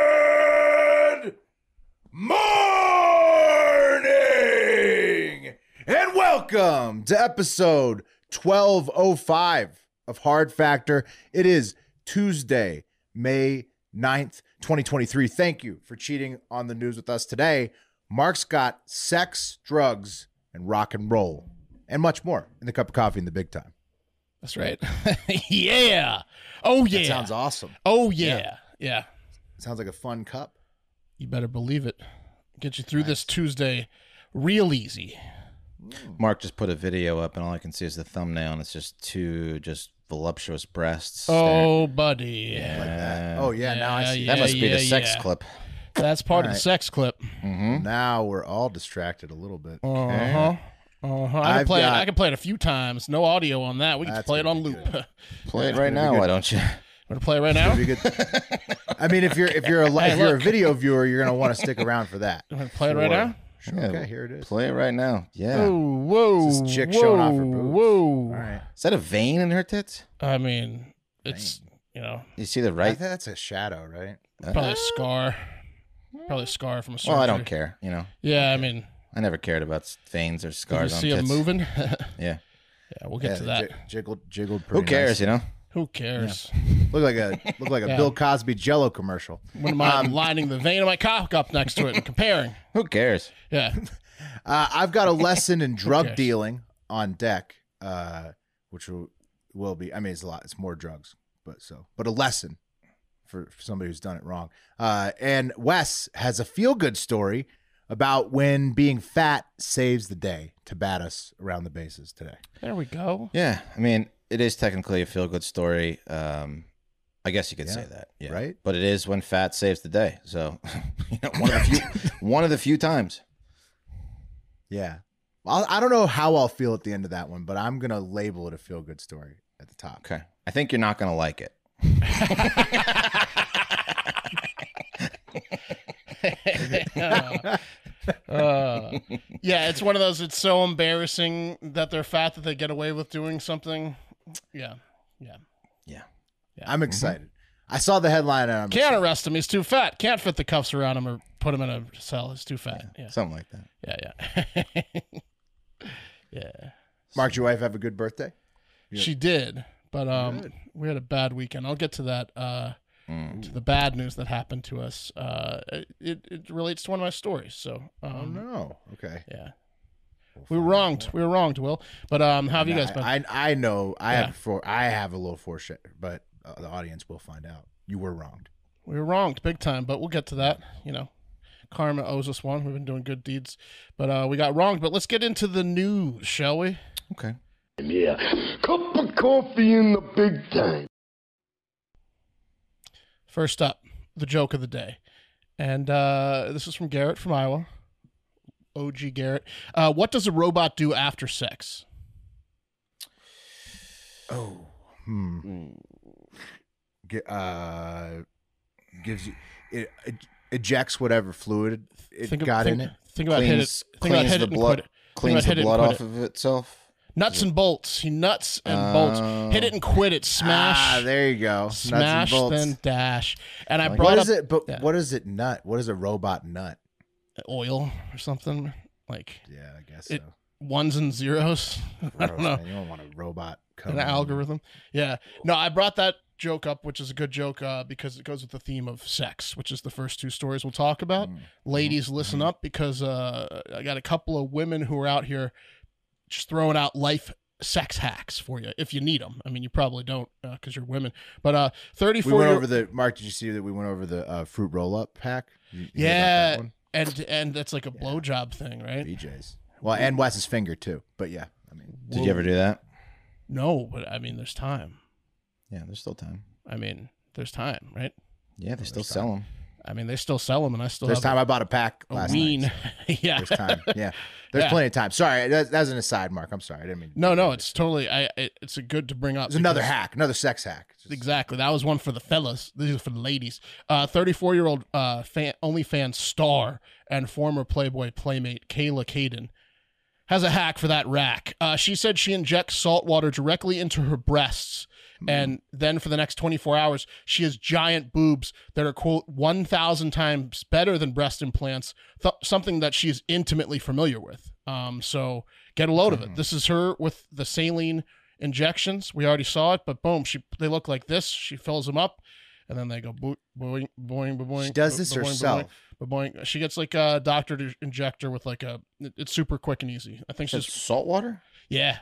Good morning and welcome to episode 1205 of hard factor it is tuesday may 9th 2023 thank you for cheating on the news with us today mark's got sex drugs and rock and roll and much more in the cup of coffee in the big time That's right. yeah. Oh yeah. that sounds awesome Oh yeah. yeah. sounds like a fun cup You better believe it. Get you through this Tuesday real easy. Mark just put a video up, and all I can see is the thumbnail, and it's just two just voluptuous breasts. Oh buddy. oh yeah, now i Yeah, see that yeah. must be the sex yeah. clip. That's part of the sex clip. now we're all distracted a little bit Uh-huh. Uh-huh. I I've can play got- it I can play it a few times. No audio on that. We can That's just play it gonna on be loop. I'm Play it right now, why don't you? gonna play it right now. Be good. I mean, if you're if you're a li- if Hey, you're a look. video viewer, you're gonna want to stick around for that. I'm gonna play it right now. Sure, Yeah, okay, here it is. Play it right now. Yeah. whoa. This is chick showing off her boobs. Whoa. All right, Is that a vein in her tits? I mean, it's you know, You see the I right? think that's a shadow, right? probably a scar. Probably a scar from a surgery. Well, I don't care. You know, Yeah, I mean, I never cared about s- veins or Did you scars on see tits. him moving? yeah, Yeah. we'll get yeah, to they that. j- jiggled, jiggled. Who Pretty cares? Nice. You know. Who cares? Look like a look like a Yeah. Bill Cosby Jello commercial. When am I Um, lining the vein of my cock up next to it and comparing? Who cares? Yeah. Uh, I've got a lesson in drug cares? dealing on deck, uh, which will, will be. I mean, it's a lot. It's more drugs, but so but a lesson for, for somebody who's done it wrong. Uh, and Wes has a feel good story about when being fat saves the day to bat us around the bases today. There we go. Yeah. I mean, it is technically a feel good story. Um, I guess you could Yeah, say that. Yeah. right? But it is when fat saves the day. So, you know, one of the few, one of the few times. Yeah. I'll, I don't know how I'll feel at the end of that one, but I'm gonna label it a feel good story at the top. Okay. I think you're not going to like it. Uh, yeah, it's one of those. It's so embarrassing that they're fat that they get away with doing something. Yeah. Yeah. I'm excited. I saw the headline um, and I'm Can't arrest him. He's too fat. Can't fit the cuffs around him or put him in a cell. He's too fat. Yeah. Something like that. Yeah. Yeah. yeah. Mark, your wife have a good birthday. She did, but um, we had a bad weekend. I'll get to that. Uh, Mm. to the bad news that happened to us. Uh, it it relates to one of my stories. So um, Oh, no. Okay. yeah, we were wronged. We were wronged, Will. But um, how have you guys been? I, I I know I Yeah. have for I have a little foreshadow, but uh, the audience will find out. You were wronged. we were wronged big time, but we'll get to that. You know, karma owes us one. We've been doing good deeds, but uh, we got wronged. But let's get into the news, shall we? Okay. Yeah, cup of coffee in the big time. First up, the joke of the day. And uh, this is from Garrett from Iowa. OG Garrett. Uh, what does a robot do after sex? Oh. Hmm. Ge- uh, gives you it, it ejects whatever fluid it Think of- got in think- it. Think about hit it. Cleans- Think about cleans hit it the and blood- quit it. hit Cleans the it and blood quit off it. of itself. Um, Nuts and bolts. He nuts and bolts. Hit it and quit it. Smash. Oh. Ah, there you go. Nuts and smash bolts. then dash. And I What brought is up it? But Yeah. what is it? Nut? What is a robot nut? oil or something like Yeah, I guess It- so. ones and zeros. I don't Gross, know. man. You don't want a robot. an coming in. algorithm. Yeah. No, I brought that joke up, which is a good joke uh, because it goes with the theme of sex, which is the first two stories we'll talk about. Mm-hmm. Ladies, listen up because uh, I got a couple of women who are out here just throwing out life sex hacks for you if you need them. I mean, you probably don't because you're women. But uh, 34 We went year- over the Mark. Did you see that we went over the uh, fruit roll up pack? You- you heard about Yeah. that one? and and that's like a blowjob thing, right? BJ's. Well, and Wes's finger too. But yeah, I mean, Did you ever do that? No, but I mean, there's time. Yeah, there's still time. I mean, there's time, right? Yeah, they still sell them. I mean, they still sell them, and I still first have time I bought a pack a last ween. night. yeah. First time. Yeah, there's Yeah. plenty of time. Sorry, that, that's an aside, Mark. I'm sorry. I didn't mean. No, no, it's totally. I. It, it's a good to bring up. It's another because- hack, another sex hack. Just- Exactly. That was one for the fellas. These are for the ladies. Uh, 34-year-old uh, fan, OnlyFans star and former Playboy playmate Kayla Caden has a hack for that rack. Uh, she said she injects salt water directly into her breasts, and then for the next 24 hours, she has giant boobs that are quote 1,000 times better than breast implants. Th- something that she is intimately familiar with. Um, so get a load of Mm-hmm. it. This is her with the saline injections. We already saw it, but boom, she they look like this. She fills them up, and then they go boing, boing, boing, boing. She does boing, this boing, boing, herself. Boing, boing. She gets like a doctor to inject her with like a. it- It's super quick and easy. I think Just she's salt water? yeah,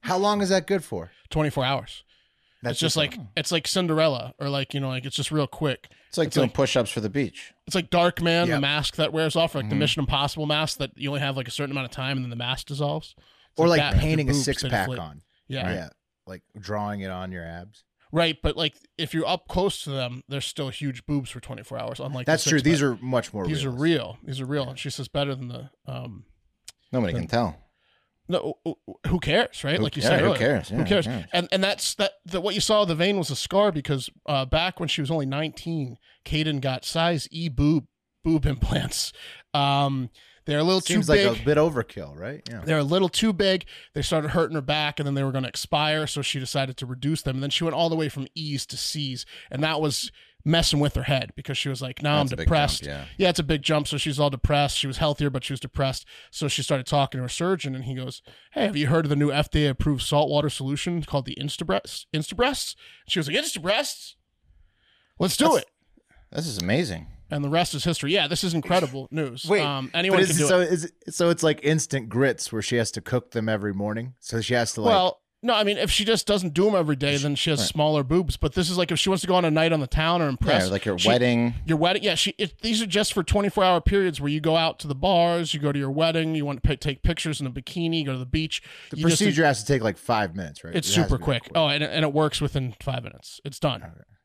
How long is that good for? twenty four hours. That's it's just like it's like Cinderella or like you know like it's just real quick. It's like It's doing like- push-ups for the beach. It's like Dark Yep. Man, Mm-hmm. the mask that wears off, or like the Mission Impossible mask that you only have like a certain amount of time and then the mask dissolves. It's or like that, but your painting a boobs, they six pack deflate. on. Yeah. Yeah. like drawing it on your abs. Right, but like if you're up close to them, they're still huge boobs for 24 hours. Unlike That's true. These are much more. these are realistic. real. These are real, and she says better than the um. Nobody can tell. No, who cares, right? Who- like you yeah, said who earlier, cares? Yeah, who who cares? cares? And and that's that. The, what you saw of the vein was a scar because uh, back when she was only 19, Kaden got size E boob boob implants. Um, they're a little Seems too like big. a bit overkill, right? Yeah. they're a little too big. They started hurting her back, and then they were going to expire. So she decided to reduce them. And then she went all the way from E's to C's, and that was messing with her head because she was like, "Now That's a I'm big depressed." jump, yeah. it's a big jump. So she's all depressed. She was healthier, but she was depressed. So she started talking to her surgeon, and he goes, "Hey, have you heard of the new FDA-approved saltwater solution called the Instabreast? Instabreast?" She was like, "Instabreast, let's do That's- it." This is amazing. And the rest is history. Yeah, this is incredible news. Wait, um, anyone but can is do it, it. so is it, so it's like instant grits where she has to cook them every morning. So she has to like well, no, I mean, if she just doesn't do them every day, then she has smaller boobs. But this is like if she wants to go on a night on the town or impress, Yeah, like your she- wedding. your wedding. Yeah, she. It, these are just for twenty four hour periods where you go out to the bars, you go to your wedding, you want to p- take pictures in a bikini, go to the beach. the you just- procedure has to take like five minutes, right? it's It has to super be quick. Oh, and, it- and it works within five minutes. It's done.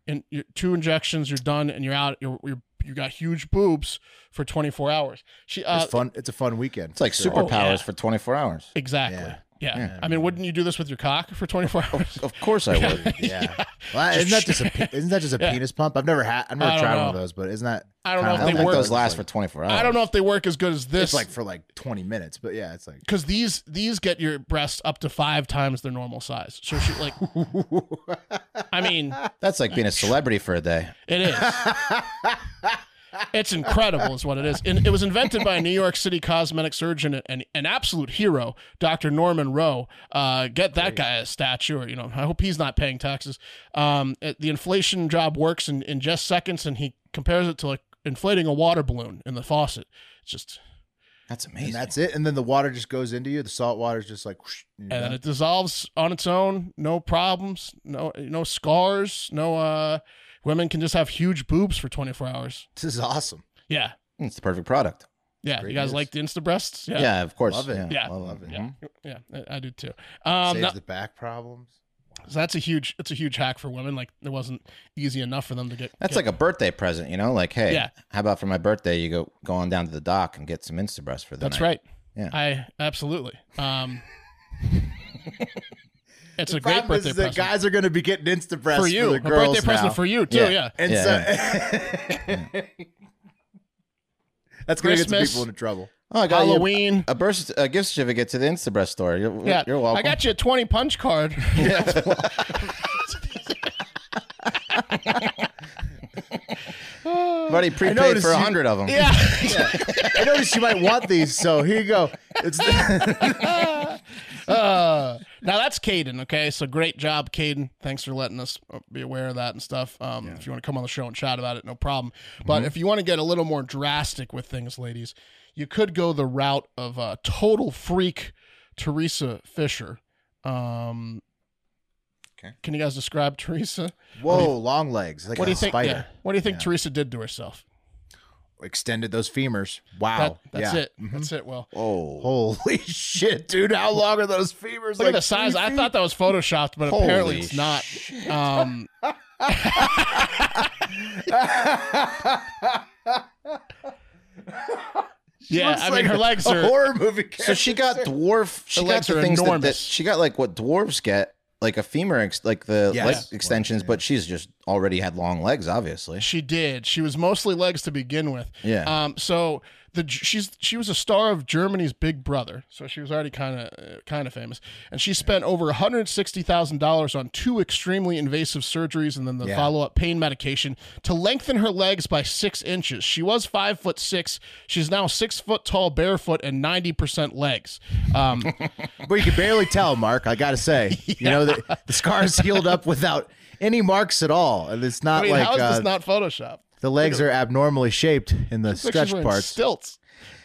And your two injections, you're done, and you're out. You're, you're you got huge boobs for twenty four hours. She. Uh, it's fun. It's a fun weekend. It's like Oh, superpowers yeah. for 24 hours. Exactly. Yeah. Yeah. I mean, wouldn't you do this with your cock for 24 hours? Of course I would. yeah. Well, isn't that just a pe- isn't that just a penis pump? I've never had. I've I never don't tried one of know. those, but isn't that? I don't know I if don't they think work. those last for 24 hours. I don't know if they work as good as this. It's like for like twenty minutes, but yeah, it's like because these these get your breasts up to five times their normal size. So she like, I mean, That's like being a celebrity for a day. it is. It's incredible, is what it is. And it was invented by a New York City cosmetic surgeon and an absolute hero, Dr. Norman Rowe. Uh, get that guy a statue, or you know, I hope he's not paying taxes. Um, it- the inflation job works in, in just seconds, and he compares it to like inflating a water balloon in the faucet. It's just That's amazing. and that's it. And then the water just goes into you. The salt water is just like, whoosh, and you're and then done. it dissolves on its own no problems no no scars no uh women can just have huge boobs for 24 hours this is awesome. yeah Hmm, it's the perfect product. yeah Great you guys news. like the insta breasts Yeah, of course. Love it. Yeah. Love it. Mhm. yeah I- i do too um Saves no- the back problems. so that's a huge it's a huge hack for women like it wasn't easy enough for them to get That's like a birthday present, you know? Like, hey, Yeah. how about for my birthday, you go, go on down to the dock and get some Instabreast for the that's night. right Yeah. i absolutely um it's Problem a great birthday is that present guys are going to be getting Insta breasts for for, you the a girls birthday now. present for you too Yeah. Oh, yeah And Yeah, so that's going to get some Christmas. people into trouble. Oh, I got you halloween a, birth, a gift certificate to the Instabreast store. You're, yeah you're welcome. i got you a 20 punch card I've already prepaid noticed for a you- 100 of them. yeah I noticed you might want these, so here you go. It's Uh, now that's Caden. Okay, so great job, Caden. Thanks for letting us uh, be aware of that and stuff. Um, If you want to come on the show and chat about it, no problem. But Mm-hmm. if you want to get a little more drastic with things, ladies, you could go the route of uh, total freak Teresa Fisher. Um, Okay. Can you guys describe Teresa? Whoa, long legs. Like a what do you think? spider. yeah. What do you think Yeah. Teresa did to herself? Extended those femurs. Wow. That, that's Yeah. Mm-hmm. it. That's it. Well, Oh, Holy shit, dude. How long are those femurs? look like at the size. three I feet? thought that was photoshopped, but Holy apparently it's not. Um, She yeah, looks I mean like her a- legs a are. horror movie. So she got dwarf. She The got legs the are things that- that, enormous. she got like what dwarves get, like a femur, ex- like the Yes. leg Yeah. extensions. But she's just already had long legs, obviously. She did. She was mostly legs to begin with. Yeah. Um. So the she's she was a star of Germany's Big Brother, so she was already kind of uh, kind of famous, and she spent over one hundred sixty thousand dollars on two extremely invasive surgeries and then the follow up pain medication to lengthen her legs by six inches. She was five foot six. She's now six foot tall, barefoot, and ninety percent legs. Um. But you can barely tell, Mark. I gotta say, you know, the, the scars healed up without any marks at all, and it's I not mean, like how is uh, this not Photoshop? the legs are abnormally shaped in the Looks like she's stretch wearing parts. Stilts.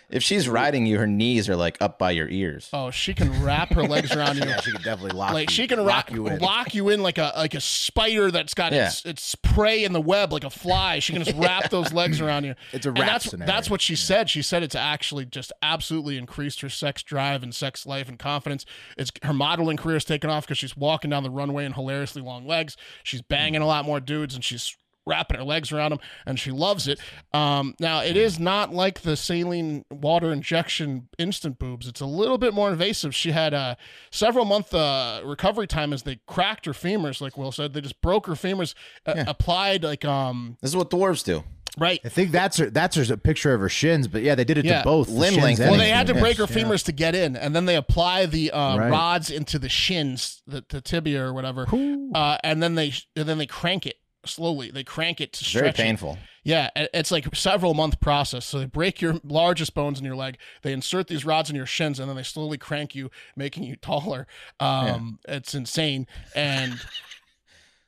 If she's riding you, her knees are like up by your ears. Oh, she can wrap her legs around you. she could definitely lock. like you- she can lock rock, you in. lock you in like a like a spider that's got Yeah. its its prey in the web like a fly. She can just wrap those legs around you. It's a And wrap that's scenario. that's what she said. She said it's actually just absolutely increased her sex drive and sex life and confidence. It's her modeling career is taken off because she's walking down the runway in hilariously long legs. She's banging a Hmm. lot more dudes and she's wrapping her legs around them and she loves it. Um, now Hmm. it is not like the saline water injection instant boobs. It's a little bit more invasive. She had a several month uh, recovery time as they cracked her femurs, like Will said. They just broke her femurs, uh, applied like um This is what dwarves do. right. I think that's her. That's her a picture of her shins. But yeah, they did it Yeah. to both the Limb shins length. and Well, the they had to femurs. break her femurs to get in, and then they apply the uh, Right. rods into the shins, the, the tibia or whatever, uh, and then they and then they crank it slowly. They crank it to It's very stretch. it. painful. Yeah, it- it's like several month process. So they break your largest bones in your leg, they insert these rods in your shins, and then they slowly crank you, making you taller. Um, It's insane, and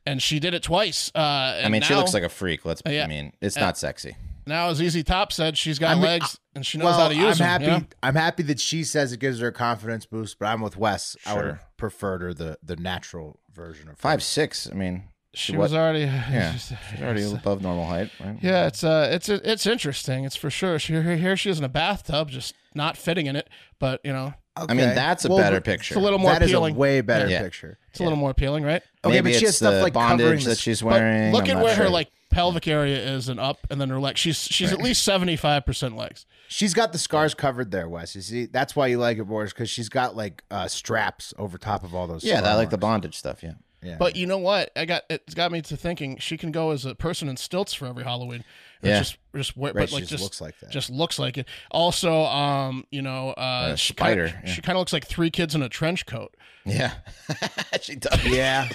and she did it twice. Uh, I mean, she looks like a freak. Let's. Yeah. I mean, it's not sexy. now as Easy Top said, she's got I mean, legs and uh, she knows Well, how to use I'm them. happy. you know? I'm happy that she says it gives her a confidence boost. But I'm with Wes. I would have Sure. preferred her the the natural version of her. Five six. I mean, She what- was already Yeah. she's already above normal height. Right? Yeah, it's uh, it's it's interesting. It's for sure. She, here, here she is in a bathtub, just not fitting in it. But you know, I mean, Okay. that's a Well, better but picture. it's a little more That is appealing. a way better Yeah. picture. it's a little more appealing, right? Okay, Maybe but she has it's stuff the like covering bondage the that she's But wearing. look I'm at not where her sure. like pelvic area is and up, and then her legs. She's she's at least seventy five percent legs. She's got the scars covered there, Wes. You see, that's why you like it, Boris, because she's got like uh, straps over top of all those. Yeah, scar I like the marks. bondage stuff. Yeah. Yeah. But you know what? I got it's got me to thinking. She can go as a person in stilts for every Halloween. It's Yeah. just just wear, Right, but she like just just looks like that. Just looks like it. Also, um, you know, uh, A she kinda- spider, yeah. She kind of looks like three kids in a trench coat. Yeah. she does. yeah,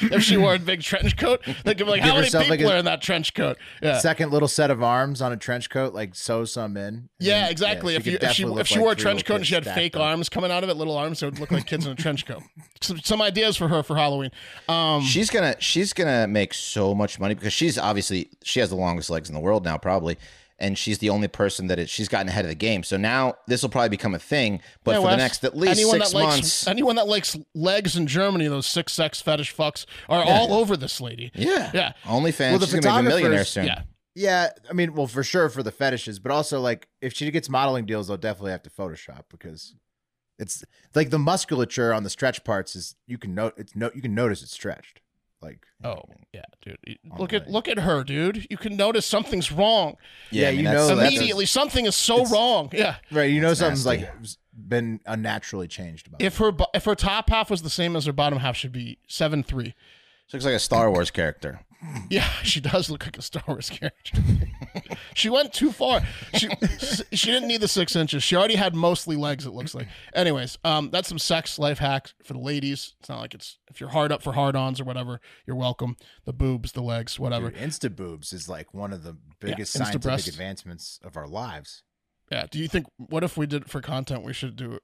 if she wore a big trench coat, they could be like, Give "How many herself, people like, a- are in that trench coat?" Yeah, second little set of arms on a trench coat, like sew some in. yeah, exactly. she if could you if she, definitely if look she like wore a three trench little coat and she had kids fake stacked up. arms coming out of it, little arms, it would look like kids in a trench coat. Some, some ideas for her for Halloween. Um, She's gonna she's gonna make so much money because she's obviously she has the longest legs in the world now probably, and she's the only person that it, she's gotten ahead of the game. So now this will probably become a thing. But yeah, for Wes, the next at least anyone six that likes, uh, months, anyone that likes legs in Germany, those six sex fetish fucks are all over this lady. yeah, yeah. OnlyFans. Well, the she's gonna be a millionaire photographers- soon. Yeah. Yeah, I mean, well, for sure for the fetishes, but also like if she gets modeling deals, they'll definitely have to Photoshop because it's like the musculature on the stretch parts is you can note it's no you can notice it's stretched. Like Oh yeah, dude. Look at look at her, dude. You can notice something's wrong Yeah, I mean, you know that's- Oh, that that's- immediately. Something is so wrong. Yeah. right, you know something's nasty. like been unnaturally changed about If her bo- if her top half was the same as her bottom half, should be seven three. She looks like a Star Wars character. Yeah, she does look like a Star Wars character. she went too far. She she didn't need the six inches. She already had mostly legs. It looks like. Anyways, um, that's some sex life hacks for the ladies. It's not like it's if you're hard up for hard-ons or whatever, you're welcome. The boobs, the legs, whatever. Dude, Insta boobs is like one of the biggest Insta scientific breasts. advancements of our lives. Yeah. Do you think what if we did for content? We should do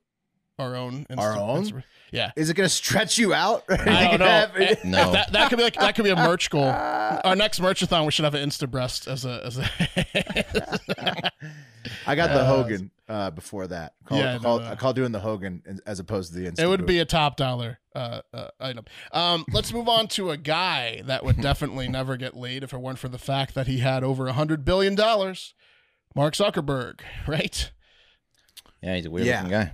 our own. Insta- Our own? Insta- yeah. Is it going to stretch you out? I don't know. Eh, No. That, that could be like that could be a merch goal. Our next merchathon, we should have an Insta breast as a as a. I got the Hogan. uh, before that. Call, Yeah, call, no, uh, call doing the Hogan in- as opposed to the instant It would boot. be a top dollar uh, uh, item. Um, let's move on to a guy that would definitely never get laid if it weren't for the fact that he had over a hundred billion dollars. Mark Zuckerberg, right? Yeah, he's a weird Yeah. looking guy.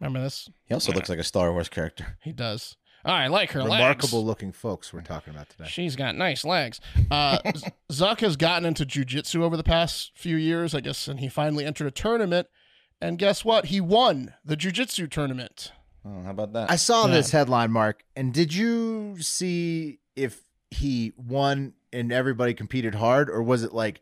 Remember this? He also looks like a Star Wars character. He does. I like her remarkable legs. looking folks we're talking about today. She's got nice legs. Uh, Z- Zuck has gotten into jujitsu over the past few years, I guess, and he finally entered a tournament. And guess what? He won the jujitsu tournament. Oh, how about that? I saw Yeah. this headline, Mark, and did you see if he won and everybody competed hard, or was it like,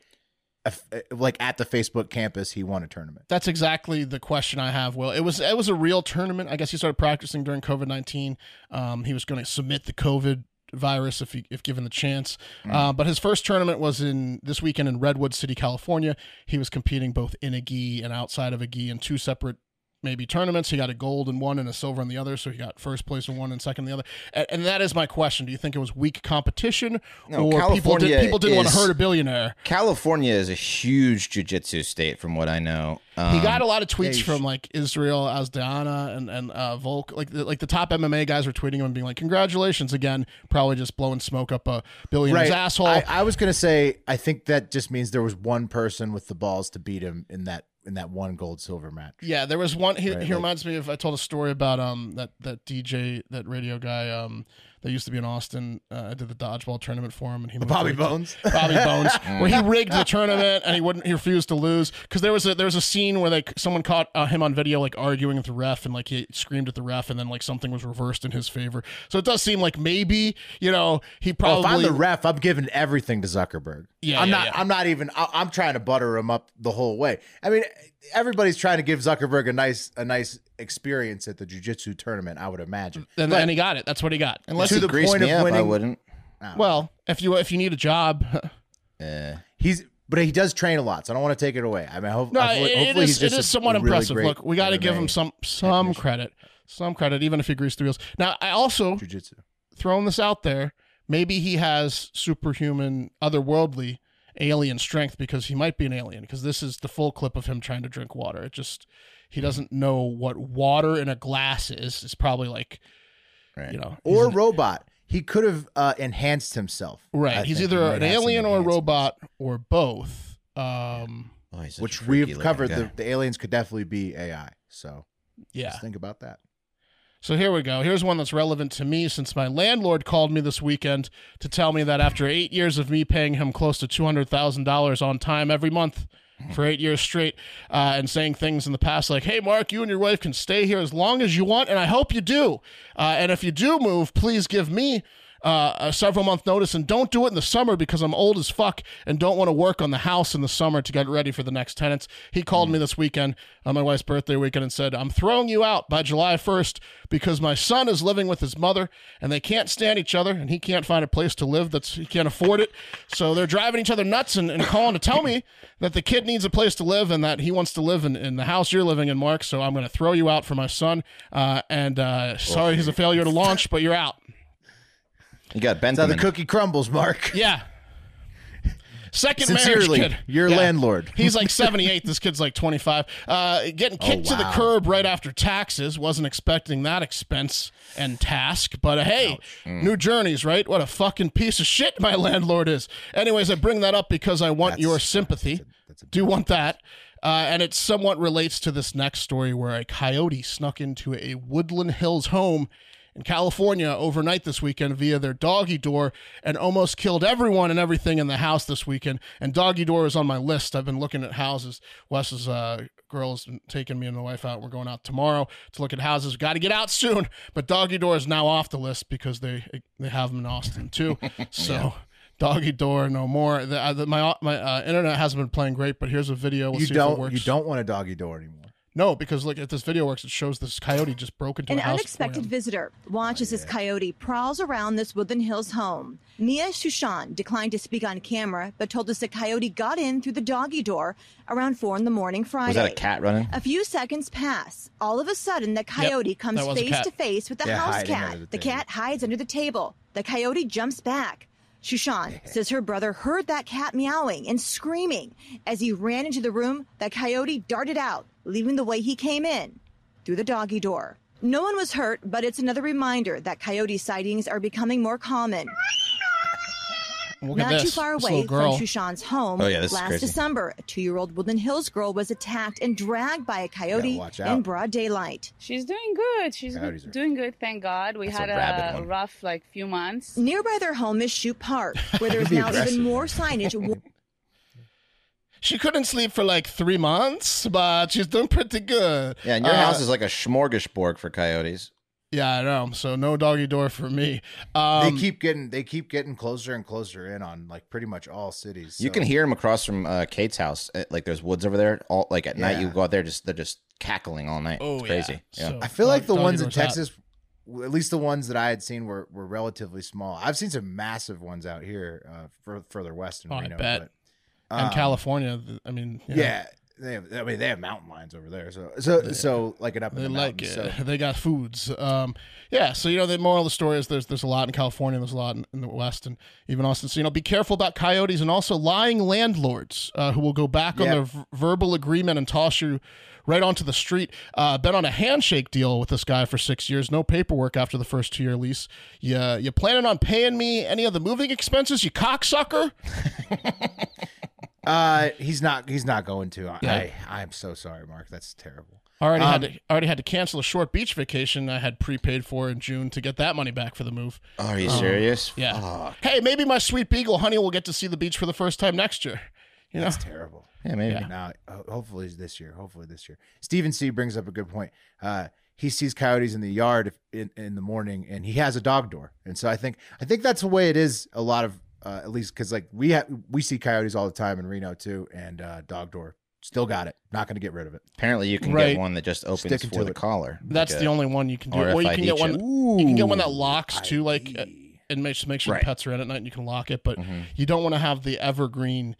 a f- eh, like at the Facebook campus he won a tournament? That's exactly the question I have. Will it was it was a real tournament. I guess he started practicing during COVID nineteen. Um, he was going to submit the COVID virus if he, if given the chance. Mm. Uh, but his first tournament was in this weekend in Redwood City, California. He was competing both in a gi and outside of a gi in two separate maybe tournaments. He got a gold in one and a silver in the other. So he got first place in one and second in the other. And, and that is my question: Do you think it was weak competition, No, or people California did, people didn't want is- to hurt a billionaire? California is a huge jujitsu state, from what I know. Um, He got a lot of tweets yeah, you from like Israel Asdiana and and uh, Volk, like the, like the top MMA guys were tweeting him and being like, "Congratulations again!" Probably just blowing smoke up a billionaire's asshole. I, I was gonna say, I think that just means there was one person with the balls to beat him in that in that one gold silver match. yeah, there was one. He, Right, he like- reminds me of I told a story about um that that DJ that radio guy um that used to be in Austin. Uh, I did the dodgeball tournament for him, and he moved Bobby to- Bones. Bobby Bones, Mm. where he rigged the tournament and he wouldn't, he refused to lose because there was a there was a scene where like someone caught uh, him on video like arguing with the ref and like he screamed at the ref and then like something was reversed in his favor. So it does seem like maybe you know he Oh, probably if I'm the ref, I'm giving everything to Zuckerberg. Yeah, I'm yeah, not. yeah. I'm not even. I, I'm trying to butter him up the whole way. I mean, everybody's trying to give Zuckerberg a nice, a nice experience at the jujitsu tournament. I would imagine. and, and he got it. That's what he got. unless to he the greased point me of up, I winning- wouldn't. well, if you if you need a job, Eh. He's, but he does train a lot, so I don't want to take it away. I mean, hope, no, hopefully, uh, it- it hopefully is he's it just is a somewhat really impressive. great Look, we got to give him MMA some some credit, some credit, even if he greased the wheels. Now I also jujitsu. throwing this out there. Maybe he has superhuman, otherworldly, alien strength because he might be an alien. Because this is the full clip of him trying to drink water. It just he Hmm. doesn't know what water in a glass is. It's probably like, Right. you know, he's or an- robot. He could have uh, enhanced himself. right. I he's think. either He might an have some alien or a enhancements. robot or both. Um, Oh, he's such a which freaky we've looking covered. guy. The, the aliens could definitely be AI. So yeah. just think about that. So here we go. Here's one that's relevant to me since my landlord called me this weekend to tell me that after eight years of me paying him close to $200,000 on time every month for eight years straight uh, and saying things in the past like, hey, Mark, you and your wife can stay here as long as you want, and I hope you do. Uh, and if you do move, please give me. Uh, a several month notice and don't do it in the summer because I'm old as fuck and don't want to work on the house in the summer to get ready for the next tenants. He called me this weekend on my wife's birthday weekend and said, I'm throwing you out by July 1st because my son is living with his mother and they can't stand each other and he can't find a place to live that's he can't afford it. So they're driving each other nuts and, and calling to tell me that the kid needs a place to live and that he wants to live in, in the house you're living in, Mark. So I'm going to throw you out for my son. Uh, and uh, sorry, he's a failure to launch, but you're out. you got Now Bentham. the cookie crumbles, Mark. Yeah. Second Sincerely, marriage kid. your Yeah. landlord. Oh, He's like 78. This kid's like 25. Uh, getting kicked to the wow. curb right after taxes. Wasn't expecting that expense and task. But uh, hey, Mm. new journeys, right? What a fucking piece of shit my landlord is. Anyways, I bring that up because I want your sympathy. Do want that. Uh, and it somewhat relates to this next story where a coyote snuck into a Woodland Hills home in California overnight this weekend via their doggy door and almost killed everyone and everything in the house this weekend. And doggy door is on my list. I've been looking at houses. Wes's uh, girl's been taking me and my wife out. We're going out tomorrow to look at houses. We've got to get out soon. But doggy door is now off the list because they they have them in Austin too. So. Doggy door, no more. The, uh, the, my my uh, internet hasn't been playing great, but here's a video. We'll you see if it don't. works. You don't want a doggy door anymore. No, because look at this video works. It shows this coyote just broke into An a house. unexpected plan. visitor watches as coyote prowls around this Woodland Hills home. Nia Shushan declined to speak on camera, but told us the coyote got in through the doggy door around four in the morning Friday. Was that a cat running? A few seconds pass. All of a sudden, the coyote comes that was a face cat. to face with the Yeah, house hiding cat. under the the table. cat hides under the table. The coyote jumps back. Shushan says her brother heard that cat meowing and screaming. As he ran into the room, the coyote darted out, leaving the way he came in through the doggy door. No one was hurt, but it's another reminder that coyote sightings are becoming more common. Look Not at this. too far This away little from girl. Shushan's home Oh, yeah, this is last crazy. December, a two year old Woodland Hills girl was attacked and dragged by a coyote watch out. in broad daylight. She's doing good. She's Coyotes good- are- doing good. Thank God. We That's a had rabid a, one. rough like few months. Nearby their home is Shoot Park, where there's Be now aggressive. even more signage wa- She couldn't sleep for like three months, but she's doing pretty good. Yeah, and your Uh, house is like a smorgasbord for coyotes. Yeah, I know. So no doggy door for me. they Um, keep getting they keep getting closer and closer in on like pretty much all cities. You so- can hear them across from uh, Kate's house. Uh, Like there's woods over there. All like at night, you Yeah. go out there, just they're just cackling all night. oh, it's crazy. Yeah. Yeah. So I feel like the doggy ones in door's out. Texas, w- at least the ones that I had seen were were relatively small. I've seen some massive ones out here, uh, fur- further west in Oh, I Reno, bet. but, and um, California. th- I mean, you know, Yeah, they have. I mean, they have mountain lions over there. So so so like an up in they the like it. mountains, so- They got foods. Um, yeah. So you know, the moral of the story is there's there's a lot in California, there's a lot in, in the West, and even Austin. So you know, be careful about coyotes and also lying landlords uh, who will go back on Yep. their v- verbal agreement and toss you right onto the street. Uh, been on a handshake deal with this guy for six years, no paperwork after the first two year lease. Yeah, you planning on paying me any of the moving expenses, you cocksucker? Uh, he's not. He's not going to. I, I I'm so sorry, Mark. That's terrible. Already Um, had to, already had to cancel a short beach vacation I had prepaid for in June to get that money back for the move. Are you serious? um, Yeah. Fuck. Hey, maybe my sweet beagle honey will get to see the beach for the first time next year. You know, That's terrible. Yeah, maybe. Now, ho- hopefully it's this year. Hopefully this year. Stephen C brings up a good point. Uh, he sees coyotes in the yard if, in in the morning, and he has a dog door. And so I think I think that's the way it is. A lot of uh, at least because like we ha- we see coyotes all the time in Reno too, and uh, dog door still got it. Not going to get rid of it. Apparently, you can Right. get one that just opens Sticking to for the it. collar. that's Like the a- only one you can do, or you can RFID get one. chip. You can get one that locks too, like uh, and makes make sure Right. the pets are in at night and you can lock it. But Mm-hmm. you don't want to have the evergreen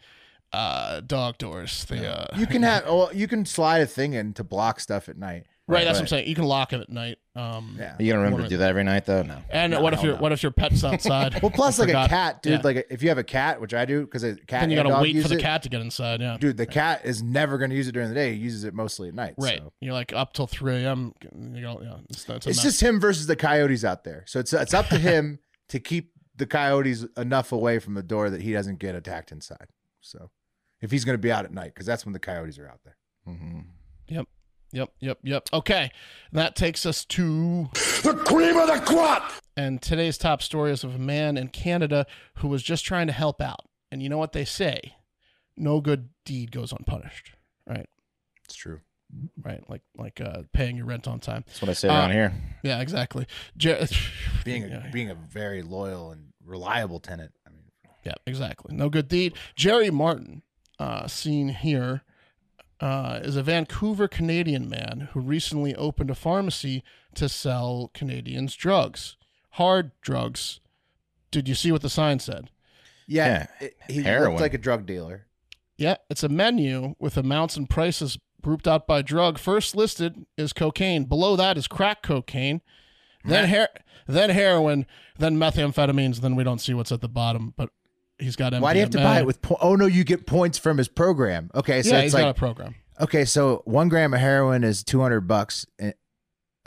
uh, dog doors. The uh, You can have. Well, you can slide a thing in to block stuff at night. right, that's what I'm But- saying. You can lock it at night. Um, Yeah. Are you gonna remember to do that every night though? No. And what if your what if your pet's outside? Well, plus I like a forgot. cat, dude. Yeah. Like if you have a cat, which I do, because a cat then you and gotta dog wait for use the it. cat to get inside. Yeah, Dude, the cat is never going to use it during the day. He uses it mostly at night. right. so. You're like up till three a.m. You know, yeah, it's, it's, a It's mess. just him versus the coyotes out there. So it's it's up to him to keep the coyotes enough away from the door that he doesn't get attacked inside. So if he's going to be out at night, because that's when the coyotes are out there. Mm-hmm. Yep. Yep. Yep. Yep. Okay. That takes us to The cream of the crop! and today's top story is of a man in Canada who was just trying to help out. And you know what they say? No good deed goes unpunished. Right. It's true. Right. Like like uh paying your rent on time. That's what I say Uh, around here. Yeah, exactly. Jer- Being a Yeah. being a very loyal and reliable tenant. I mean, Yeah, exactly. No good deed. Jerry Martin, uh, seen here, uh, is a Vancouver Canadian man who recently opened a pharmacy to sell Canadians drugs, hard drugs. Did you see what the sign said? yeah, it- he Heroin. looked like a drug dealer. Yeah, it's a menu with amounts and prices grouped out by drug. First listed is cocaine. Below that is crack cocaine. Then her- then heroin, then methamphetamines, then we don't see what's at the bottom, but he's got Why do you have to buy it with? Po- oh no, you get points from his program. Okay, so yeah, it's he's like got a program. Okay, so one gram of heroin is two hundred bucks. and-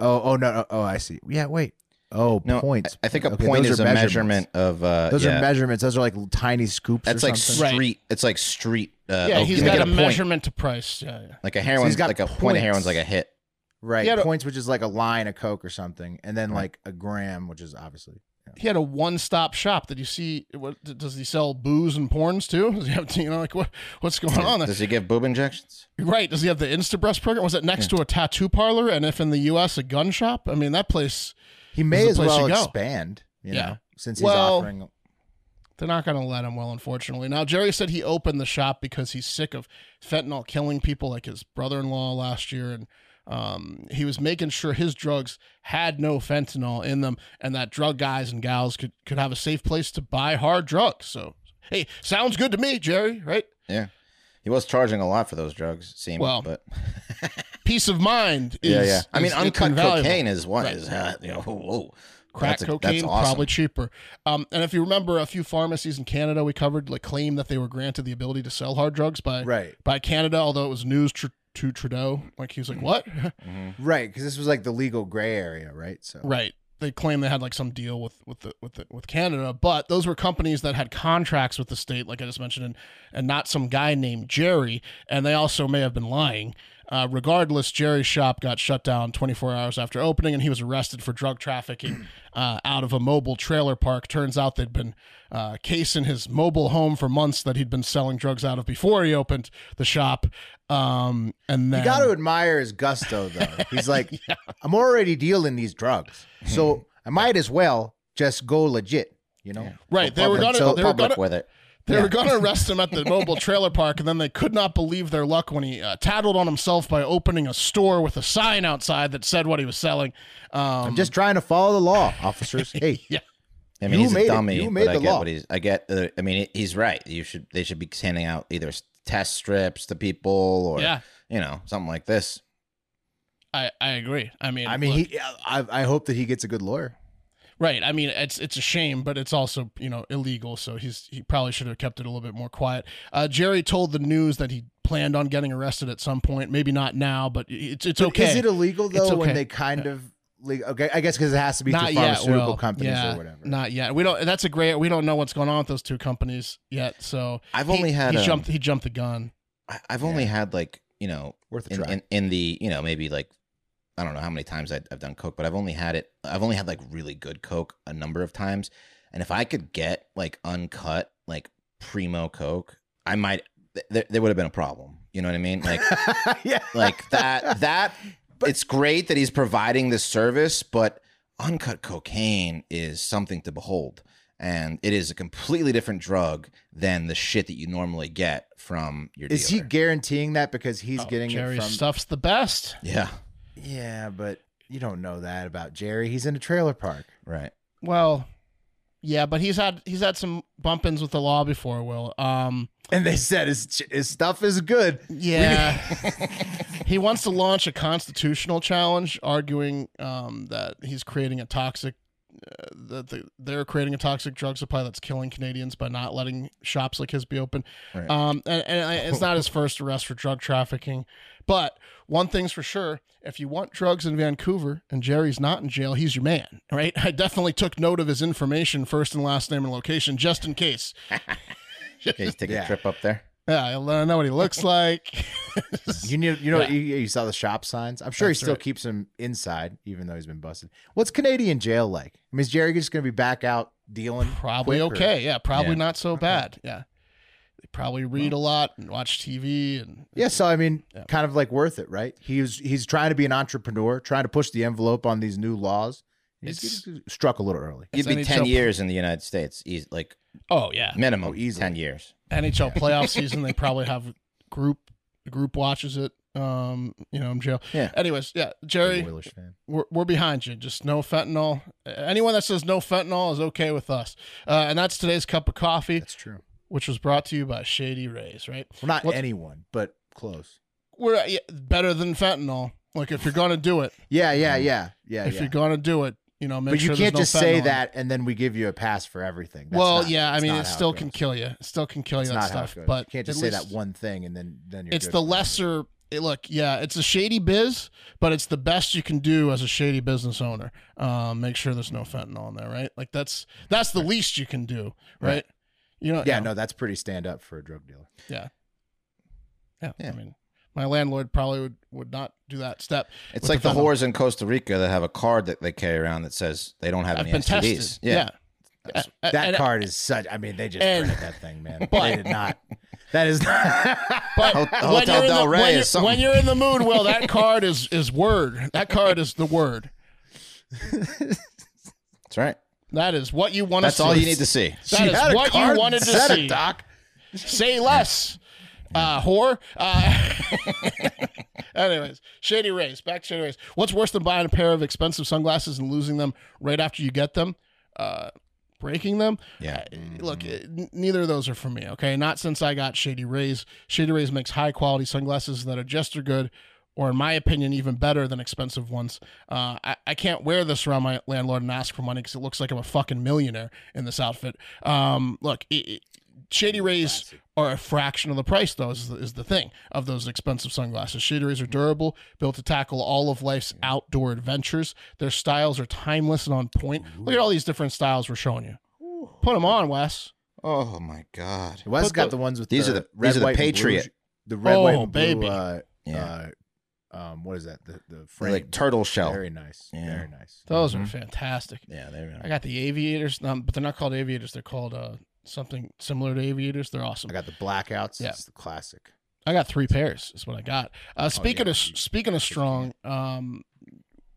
Oh, oh no, no, oh I see. Yeah, wait. Oh, No, points. uh, I, I think a Okay, point those is are a measurements. measurement of. Uh, Those yeah. are measurements. Those are like tiny scoops. That's or like something. Right. street. It's like street. Uh, Yeah, oh, he's you got get a, point. measurement to price. Yeah, yeah. Like a heroin's got like a point of heroin's points. like a hit. right. Yeah, but- Points, which is like a line of coke or something, and then like a gram, which is obviously. He had a one-stop shop. Did you see? What does he sell? Booze and porns too? Does he have, you know, like what, what's going on? There? Does he give boob injections? Right? Does he have the InstaBreast program? Was it next to a tattoo parlor? And if in the U.S., a gun shop? I mean, that place. He may the as place well to go. expand. You Yeah. know, since he's Well- offering. They're not going to let him well, unfortunately. Now, Jerry said he opened the shop because he's sick of fentanyl killing people, like his brother in law last year. And um, he was making sure his drugs had no fentanyl in them and that drug guys and gals could, could have a safe place to buy hard drugs. So, hey, sounds good to me, Jerry, right? Yeah, he was charging a lot for those drugs. It seemed, Well, but Peace of mind is. yeah, yeah. I mean, is uncut invaluable. cocaine is one Right. is uh, you know whoa, Crack That's a- that's cocaine awesome. probably cheaper. Um, and if you remember, a few pharmacies in Canada we covered like claim that they were granted the ability to sell hard drugs by Right. by Canada, although it was news tr- to Trudeau. Like he was like, "What?" Right, because this was like the legal gray area, right? So Right. They claim they had like some deal with with the, with the, with Canada, but those were companies that had contracts with the state, like I just mentioned, and, and not some guy named Jerry. And they also may have been lying. Uh, regardless, Jerry's shop got shut down 24 hours after opening, and he was arrested for drug trafficking uh, out of a mobile trailer park. Turns out they'd been uh, casing his mobile home for months that he'd been selling drugs out of before he opened the shop. Um, and then You got to admire his gusto, though. He's like, I'm already dealing these drugs, so I might as well just go legit. You know, right, they were Public- gonna so they were public gonna with it. They were going to arrest him at the mobile trailer park, and then they could not believe their luck when he uh, tattled on himself by opening a store with a sign outside that said what he was selling. Um, I'm just trying to follow the law, officers. Hey, yeah, I mean, You he's made it. a dummy. You but made I the get law. What he's, I get. Uh, I mean, he- he's right. You should. They should be handing out either s- test strips to people or Yeah. you know something like this. I, I agree. I mean, I mean, look, he. I, I hope that he gets a good lawyer. right. I mean, it's it's a shame, but it's also you know illegal, so he's he probably should have kept it a little bit more quiet. Uh, Jerry told the news that he planned on getting arrested at some point, maybe not now, but it's it's okay. Is it illegal though It's when okay. Uh, they kind of like okay? I guess because it has to be through pharmaceutical well, companies yeah, or whatever. Not yet. We don't. That's a great. We don't know what's going on with those two companies yet. So I've he- only had, he um, jumped he jumped the gun. I, I've only had like you know Worth a in, try. in in the you know maybe like I don't know how many times I, I've done coke, but I've only had it. I've only had like really good coke a number of times, and if I could get like uncut like primo coke, I might. Th- there, there would have been a problem. You know what I mean? Like yeah, like that that it's great that he's providing this service but uncut cocaine is something to behold and it is a completely different drug than the shit that you normally get from your Is he dealer. guaranteeing that because he's getting Oh, Jerry it from? stuff's the best. yeah Yeah, but you don't know that about Jerry. He's in a trailer park. right Well, yeah, but he's had he's had some bump ins with the law before. Will um And they said his, his stuff is good. yeah. he wants to launch a constitutional challenge, arguing um that he's creating a toxic. Uh, that the, they're creating a toxic drug supply that's killing Canadians by not letting shops like his be open. right Um, and, and I- it's not his first arrest for drug trafficking. But one thing's for sure if you want drugs in Vancouver and Jerry's not in jail, he's your man, right? I definitely took note of his information, first and last name and location, just in case. Okay, he's taking yeah. a trip up there Yeah, I lo- I know what he looks like. You knew, you know, Yeah. you, you saw the shop signs. I'm sure That's he still right. keeps him inside, even though he's been busted. What's Canadian jail like? I mean, is Jerry just going to be back out dealing? probably quick, or- okay. Yeah, probably Yeah. not so bad. Yeah. They probably read a lot and watch TV and Yeah, so I mean, Yeah. kind of like worth it, right? He's he's trying to be an entrepreneur, trying to push the envelope on these new laws. He's, It's- he's struck a little early. you'd It's be 10 NHL years in the united states he's like oh yeah, minimum Oh, easily. 10 years NHL playoff season, they probably have group group watches it. Um, you know, in jail. Yeah. Anyways, yeah, Big Jerry, Oilers fan. we're, we're behind you. Just no fentanyl. Anyone that says no fentanyl is okay with us. Uh, and that's today's cup of coffee, That's true. which was brought to you by Shady Rays. Right? Well, not What- anyone, but close. We're yeah, better than fentanyl. Like if you're gonna do it, Yeah, yeah, yeah, yeah. Um, if yeah. you're gonna do it, you know, make but sure you there's can't no just say fentanyl in it. that and then we give you a pass for everything. That's well, not- yeah, I that's mean, not it how still goes. can kill you. It still can kill It's you that not how it stuff. goes. But you can't just at say least- that one thing and then then you're. it's good the for it. lesser it- look yeah it's a shady biz but it's the best you can do as a shady business owner um, make sure there's no fentanyl in there right like that's that's the least you can do right, you know Yeah, no, that's pretty stand up for a drug dealer. yeah yeah i Yeah. mean my landlord probably would would not do that step it's with like the fentanyl. whores in costa rica that have a card that they carry around that says they don't have i've any been STDs. tested yeah, yeah, A- That and- card is such. I mean, they just and- printed that thing, man. But- they did not. That is not. But Ho- when, Hotel you're in Del the, Rey when, is you're, something. when you're in the mood, well, that card is is word. That card is the word. that's right That is what you want that's to all see. you need to see That is had a what card you wanted to that said it, see. doc. Say less, uh, whore. Uh, anyways, Shady Rays. Back to Shady Rays. What's worse than buying a pair of expensive sunglasses and losing them right after you get them? Uh, breaking them? Yeah. Uh, Look, uh, n- neither of those are for me, okay? Not since I got Shady Rays. Shady Rays makes high quality sunglasses that are just as good or in my opinion, even better than expensive ones. Uh, I, I can't wear this around my landlord and ask for money because it looks like I'm a fucking millionaire in this outfit. Um, look, it, it, Shady Rays are a fraction of the price, though, is the, is the thing of those expensive sunglasses. Shady Rays are durable, built to tackle all of life's Mm. outdoor adventures. Their styles are timeless and on point. Look at all these different styles we're showing you. Put them on, Wes. Oh my god. Wes But got the- the, ones with These are the- red, these are the white, and blue Patriot. sh- the red, white, Oh, and blue. baby. Uh, Yeah. uh, um, what is that? The the They're frame. Like turtle shell. Very nice. Yeah. Mm-hmm. Very nice. Those are fantastic. yeah, there we I are. got the aviators, um, but they're not called aviators. They're called uh, something similar to aviators. They're awesome. I got the blackouts. Yeah. It's the classic. I got three pairs. Is what I got. Oh, Uh, speaking of speaking of strong, um,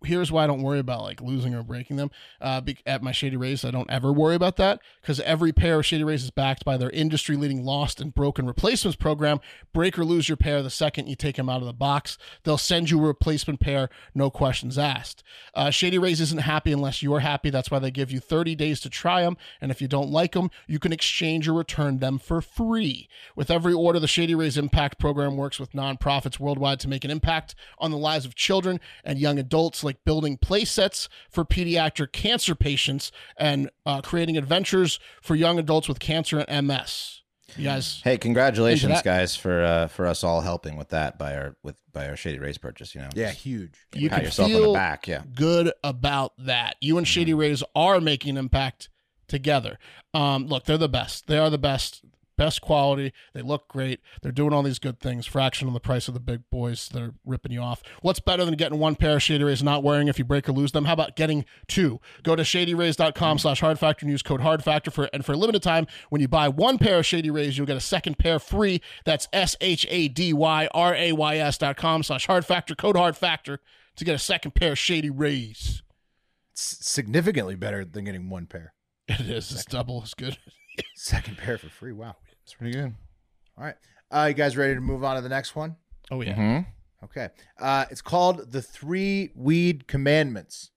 here's why I don't worry about like losing or breaking them. Uh, be- at my Shady Rays, I don't ever worry about that because every pair of Shady Rays is backed by their industry leading lost and broken replacements program. Break or lose your pair the second you take them out of the box. They'll send you a replacement pair, no questions asked. Uh, Shady Rays isn't happy unless you're happy. That's why they give you 30 days to try them. And if you don't like them, you can exchange or return them for free. With every order, the Shady Rays Impact Program works with nonprofits worldwide to make an impact on the lives of children and young adults, like building play sets for pediatric cancer patients and uh, creating adventures for young adults with cancer and MS. You guys, Hey, Into congratulations that. guys for uh, for us all helping with that by our with by our Shady Rays purchase, you know. Yeah, Just huge. you pat can yourself feel on the back, yeah. good about that. You and Shady Rays are making an impact together. Um, look, they're the best. They are the best, best quality. They look great. They're doing all these good things. Fraction of the price of the big boys. They're ripping you off. What's better than getting one pair of Shady Rays and not wearing if you break or lose them? How about getting two? Go to shadyrays.com slash hard factor and use code hard factor for and for a limited time when you buy one pair of Shady Rays, you'll get a second pair free. That's S H A D Y R A Y S dot com slash hard factor, code hard factor to get a second pair of Shady Rays. S- significantly better than getting one pair. It is. It's double as good. Second pair for free. Wow. It's pretty good. All right. Uh, you guys ready to move on to the next one? Oh yeah. hmm Okay. Uh, it's called the Three Weed Commandments,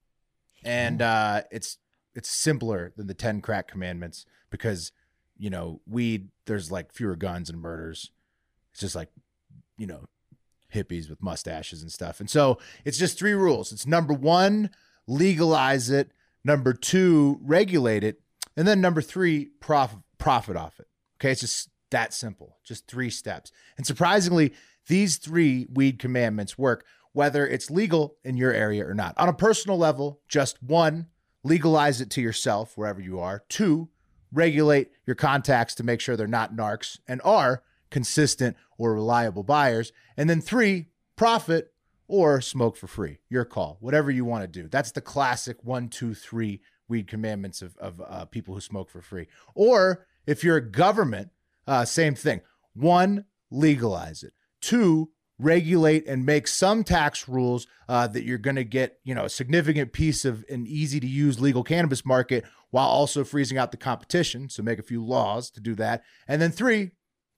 and uh, it's it's simpler than the Ten Crack Commandments because you know weed. There's like fewer guns and murders. It's just like you know hippies with mustaches and stuff. And so it's just three rules. It's number one, legalize it. Number two, regulate it. And then number three, prof- profit off it. Okay. It's just that simple, just three steps. And surprisingly, these three weed commandments work, whether it's legal in your area or not. On a personal level, just one, legalize it to yourself wherever you are. Two, regulate your contacts to make sure they're not narcs and are consistent or reliable buyers. And then three, profit or smoke for free. Your call, whatever you want to do. That's the classic one, two, three weed commandments of, of uh, people who smoke for free. Or if you're a government, uh, same thing. One, legalize it. Two, regulate and make some tax rules uh, that you're going to get, you know, a significant piece of an easy to use legal cannabis market while also freezing out the competition. So make a few laws to do that. And then three,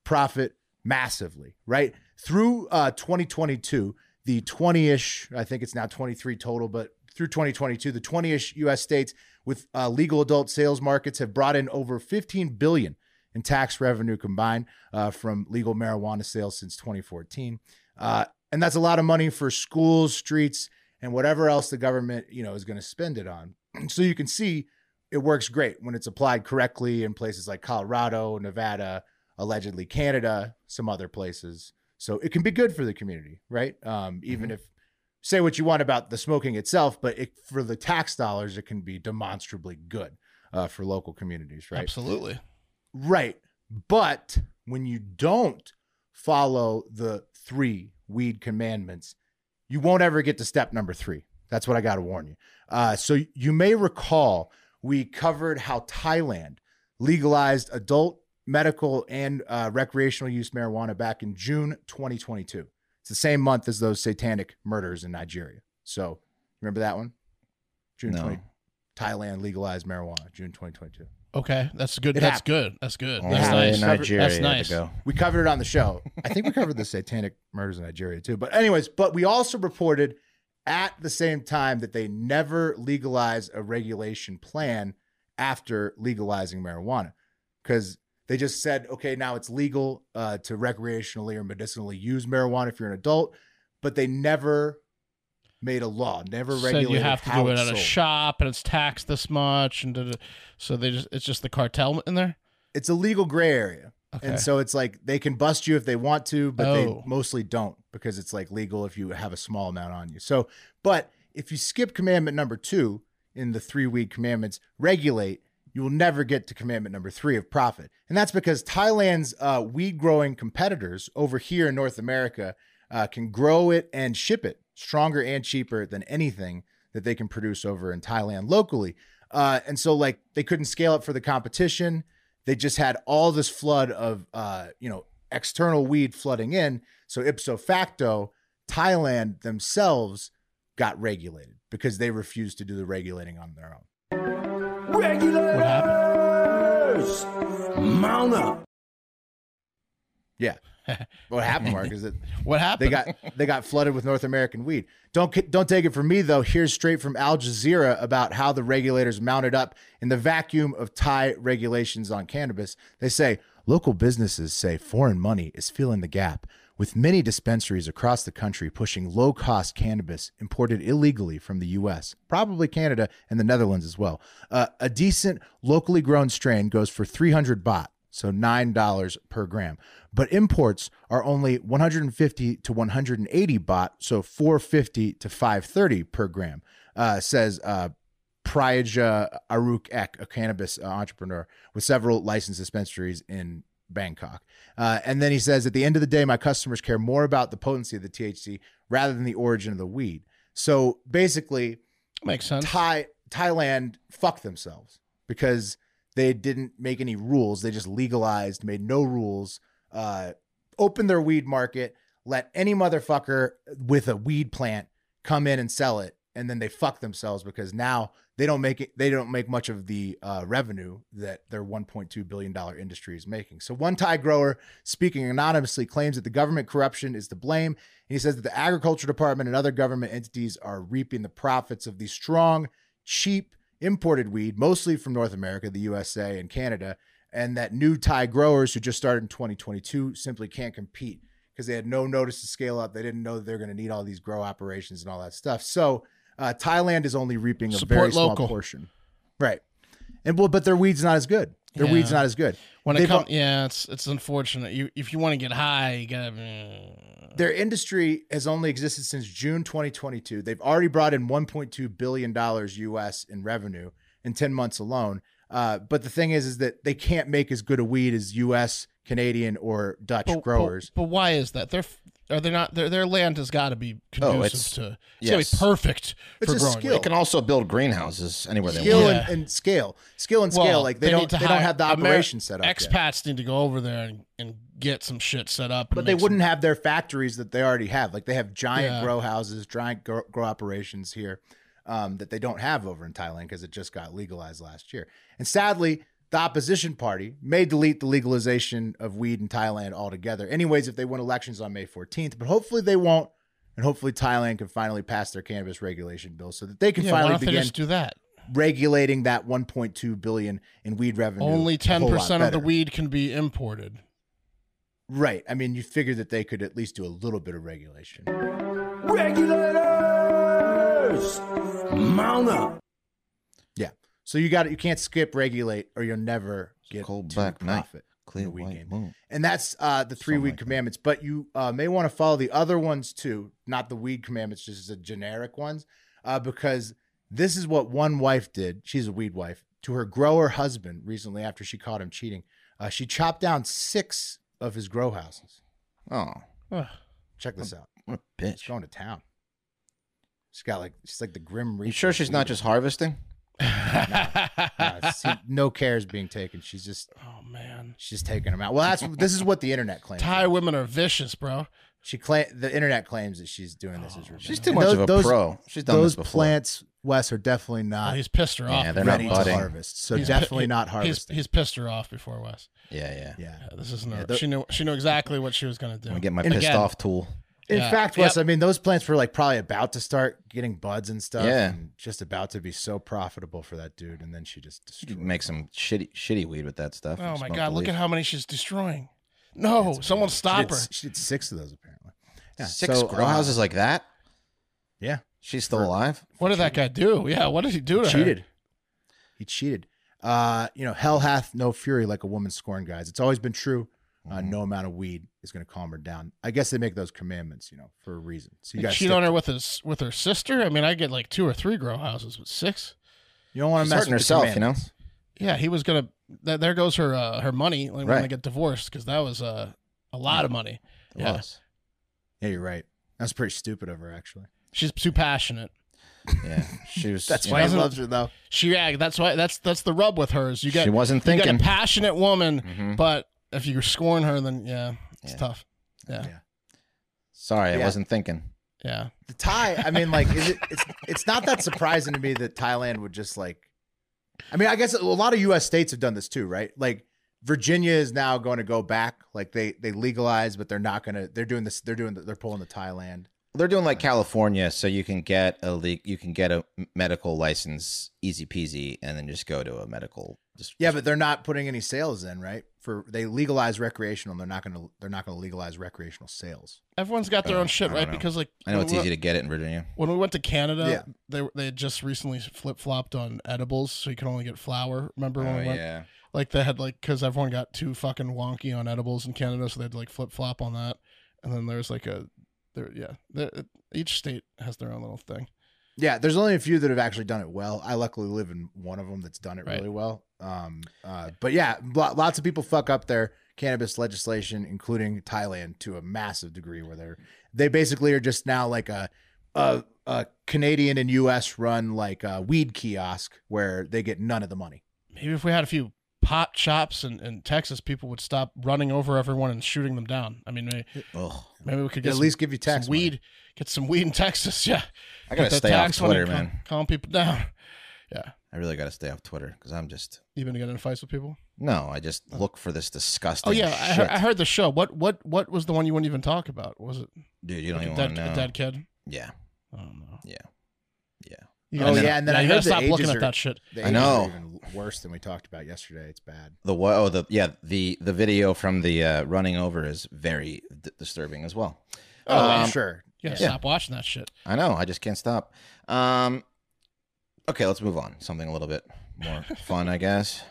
profit massively, right? Through uh, 2022, the 20 ish, I think it's now 23 total, but through 2022, the 20 ish US states with uh, legal adult sales markets have brought in over 15 billion in tax revenue combined uh, from legal marijuana sales since 2014. Uh, and that's a lot of money for schools, streets, and whatever else the government, you know, is going to spend it on. so you can see it works great when it's applied correctly in places like Colorado, Nevada, allegedly Canada, some other places. So it can be good for the community, right? Um, even if say what you want about the smoking itself, but it, for the tax dollars, it can be demonstrably good uh, for local communities, right? Absolutely. Right. But when you don't follow the three weed commandments, you won't ever get to step number three. That's what I got to warn you. Uh, so you may recall we covered how Thailand legalized adult medical and uh, recreational use marijuana back in June 2022. It's the same month as those satanic murders in Nigeria. So remember that one? June No. 20. Thailand legalized marijuana, June 2022. Okay, that's good. It that's happened. good. That's good. Only That's happened. nice. Cover- Nigeria that's nice. to go. We covered it on the show. I think we covered the satanic murders in Nigeria too. But anyways, but we also reported at the same time that they never legalized a regulation plan after legalizing marijuana because they just said, okay, now it's legal uh, to recreationally or medicinally use marijuana if you're an adult, but they never made a law, never Said regulated you have to how do it it's at a sold. shop and it's taxed this much, and da-da. so they just it's just the cartel in there. It's a legal gray area. Okay. And so it's like they can bust you if they want to, but Oh. they mostly don't because it's like legal if you have a small amount on you. So, but if you skip commandment number two in the three week commandments, regulate, you will never get to commandment number three of profit. And that's because Thailand's uh, weed growing competitors over here in North America uh, can grow it and ship it stronger and cheaper than anything that they can produce over in Thailand locally. Uh, and so, like, they couldn't scale it for the competition they just had all this flood of uh, you know external weed flooding in so ipso facto thailand themselves got regulated because they refused to do the regulating on their own What happened? Mount up. yeah what happened mark is that What happened? they got they got flooded with north american weed don't ki- don't take it from me though here's straight from al jazeera about how the regulators mounted up in the vacuum of thai regulations on cannabis they say local businesses say foreign money is filling the gap with many dispensaries across the country pushing low cost cannabis imported illegally from the US, probably Canada and the Netherlands as well. Uh, a decent locally grown strain goes for 300 baht, so $9 per gram. But imports are only 150 to 180 baht, so 450 to 530 per gram, uh, says uh, Priyaja Aruk Ek, a cannabis uh, entrepreneur with several licensed dispensaries in Bangkok. Uh, and then he says, at the end of the day, my customers care more about the potency of the THC rather than the origin of the weed. So basically, Makes sense. Thai Thailand fucked themselves because they didn't make any rules. They just legalized, made no rules, uh, opened their weed market, let any motherfucker with a weed plant come in and sell it, and then they fuck themselves because now they don't make it. They don't make much of the uh, revenue that their 1.2 billion dollar industry is making. So one Thai grower speaking anonymously claims that the government corruption is to blame and he says that the agriculture department and other government entities are reaping the profits of the strong, cheap imported weed, mostly from North America, the USA, and Canada, and that new Thai growers who just started in 2022 simply can't compete because they had no notice to scale up. They didn't know they're going to need all these grow operations and all that stuff. So uh, Thailand is only reaping a very Support local. small portion, right? And well, but their weed's not as good. Their weed's Yeah. not as good. when it They've- comes, yeah, it's it's unfortunate. You if you want to get high, you gotta. their industry has only existed since June 2022. They've already brought in 1.2 billion dollars US in revenue in 10 months alone. Uh, but the thing is, is that they can't make as good a weed as U.S., Canadian, or Dutch growers. But, why is that? They're f- are they not? Their their land has got to be conducive it's- to. It's yes. gotta be perfect Oh, It's for a growing. skill. They can also build greenhouses anywhere they Skill want. Yeah. and, and scale, skill and Well, scale. like they, need don't, to they don't hire- have the Ameri- operation set up. yet. Expats need to go over there and, and get some shit set up. and But they make some- wouldn't have their factories that they already have. Like they have giant Yeah. grow houses, giant grow, grow operations here um, that they don't have over in Thailand because it just got legalized last year. And sadly, the opposition party may delete the legalization of weed in Thailand altogether. Anyways, if they win elections on May 14th, but hopefully they won't. And hopefully Thailand can finally pass their cannabis regulation bill so that they can yeah, why finally don't they begin just do that? regulating that 1.2 billion in weed revenue. Only a ten whole lot percent of the better. weed can be imported. Right. I mean, you figure that they could at least do a little bit of regulation. Regulators! Mount up. Yeah. So you got it. You can't skip regulate, or you'll never get Cold to black night, profit. in clear the weed white game. moon. And that's uh, the three weed commandments. But you uh, may want to follow the other ones too, not the weed commandments, just the generic ones, uh, because this is what one wife did. She's a weed wife to her grower husband recently after she caught him cheating. Uh, she chopped down six of his grow houses. Oh, Ugh. Check this out. what a She's bitch! going to town. She's got like she's like the grim. You Reaper sure of she's not weed. just harvesting? No, it's- no cares being taken. She's just oh man, She's taking them out. Well, that's this is what the internet claims. Thai women are vicious, bro. She claim the internet claims that Oh, she's doing this as She's revenge. too much of a pro. She's done those this before. plants, Wes, are definitely Oh, Uh, not he's pissed her off. Yeah, they're not ready to budding. harvest. So He's pi- definitely he- not he's- harvesting. He's, pissed her off before Wes. Yeah, yeah. yeah. Yeah, this isn't. Yeah, her. the- she knew. She knew exactly what she was gonna do. I'm gonna get my And pissed again- off tool. In Yeah. fact, Wes, I Yep. mean, those plants were like probably about to start getting buds and stuff. Yeah. And just about to be so profitable for that dude, and then she just You destroyed. can make some shitty, shitty weed with that stuff. Oh and my smoke god, the look leaf. at how many she's destroying. No, That's Oh, someone amazing. stop she her. did, she did six of those apparently. Yeah, Six so, grow uh, houses like that. Yeah. She's still alive. What did that guy do? Yeah, what did he do to her? cheated. He cheated. Uh, you know, hell hath no fury like a woman scorned, guys. It's always been true. Uh, no amount of weed is going to calm her down. I guess they make those commandments, you know, for a reason. So you Like, guys, cheat stick- on her with his with her sister. I mean, I get like two or three grow houses with six. you don't want She's to mess hurting with herself, you know. Yeah, he was gonna. Th- there goes her uh, her money. Like when they Right. get divorced, because that was uh, a lot of money. Yeah. Was. Yeah, you're right. That's pretty stupid of her, actually. She's too passionate. Yeah. She was. That's you why he know, doesn't- loves her, though. She yeah, that's why that's that's the rub with her is you get she wasn't you get a thinking. passionate woman, Mhm. but if you scorn her, then yeah, it's Yeah. tough. Yeah, Yeah. Sorry, I Yeah. wasn't thinking. yeah. The Thai, I mean, like, is it? It's, it's not that surprising to me that Thailand would just like. I mean, I guess a lot of U.S. states have done this too, right? Like Virginia is now going to go back, like they they legalize, but they're not going to. They're doing this. They're doing. the- They're pulling the Thailand. They're doing like California, so you can get a le- you can get a medical license easy peasy, and then just go to a medical. Just, Yeah, but they're not putting any sales in, right? For they legalize recreational, they're not going to. They're not going to legalize recreational sales. Everyone's got their Uh, own shit, I right? don't know. Because like I know when it's we- easy to get it in Virginia. When we went to Canada, Yeah. they they had just recently flip flopped on edibles, so you could only get flour. Remember when Oh, we went? yeah. Like they had like because everyone got too fucking wonky on edibles in Canada, so they'd like flip flop on that. And then there's like a there, yeah. There, each state has their own little thing. Yeah, there's only a few that have actually done it well. I luckily live in one of them that's done it Right. really well. Um, uh, but yeah, lo- lots of people fuck up their cannabis legislation, including Thailand, to a massive degree, where they're they basically are just now like a a, a Canadian and U.S. run like a weed kiosk where they get none of the money. Maybe if we had a few pot shops in, in Texas, people would stop running over everyone and shooting them down. I mean, maybe, Ugh. maybe we could They get at some- least give you some tax money. weed, get some weed in Texas. Yeah, I gotta Get that stay off tax money Twitter, and calm- man. Calm people down. I really gotta stay off Twitter because I'm just You been getting in fights with people? no. I just look for this disgusting. Oh yeah, I, shit. heard- I heard the show. What what what was the one you wouldn't even talk about? Was it dude. You don't like a, even dead, want to know. a dead kid? Yeah, I don't know. Yeah. Yeah. You Oh, gotta- yeah, and then I you heard gotta the stop looking ages at are- that shit. The I ages are know. even worse than we talked about yesterday. It's bad. the wa- oh the yeah the the video from the uh, running over is very d- disturbing as well. Oh, Oh, Um, sure. You gotta yeah. stop watching that shit. I know. I just can't stop. Um, okay, let's move on. Something a little bit more fun, I guess.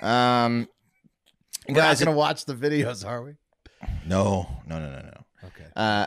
Um, We're guys, not gonna watch the videos, are we? no, no, no, no, no. Okay. Uh,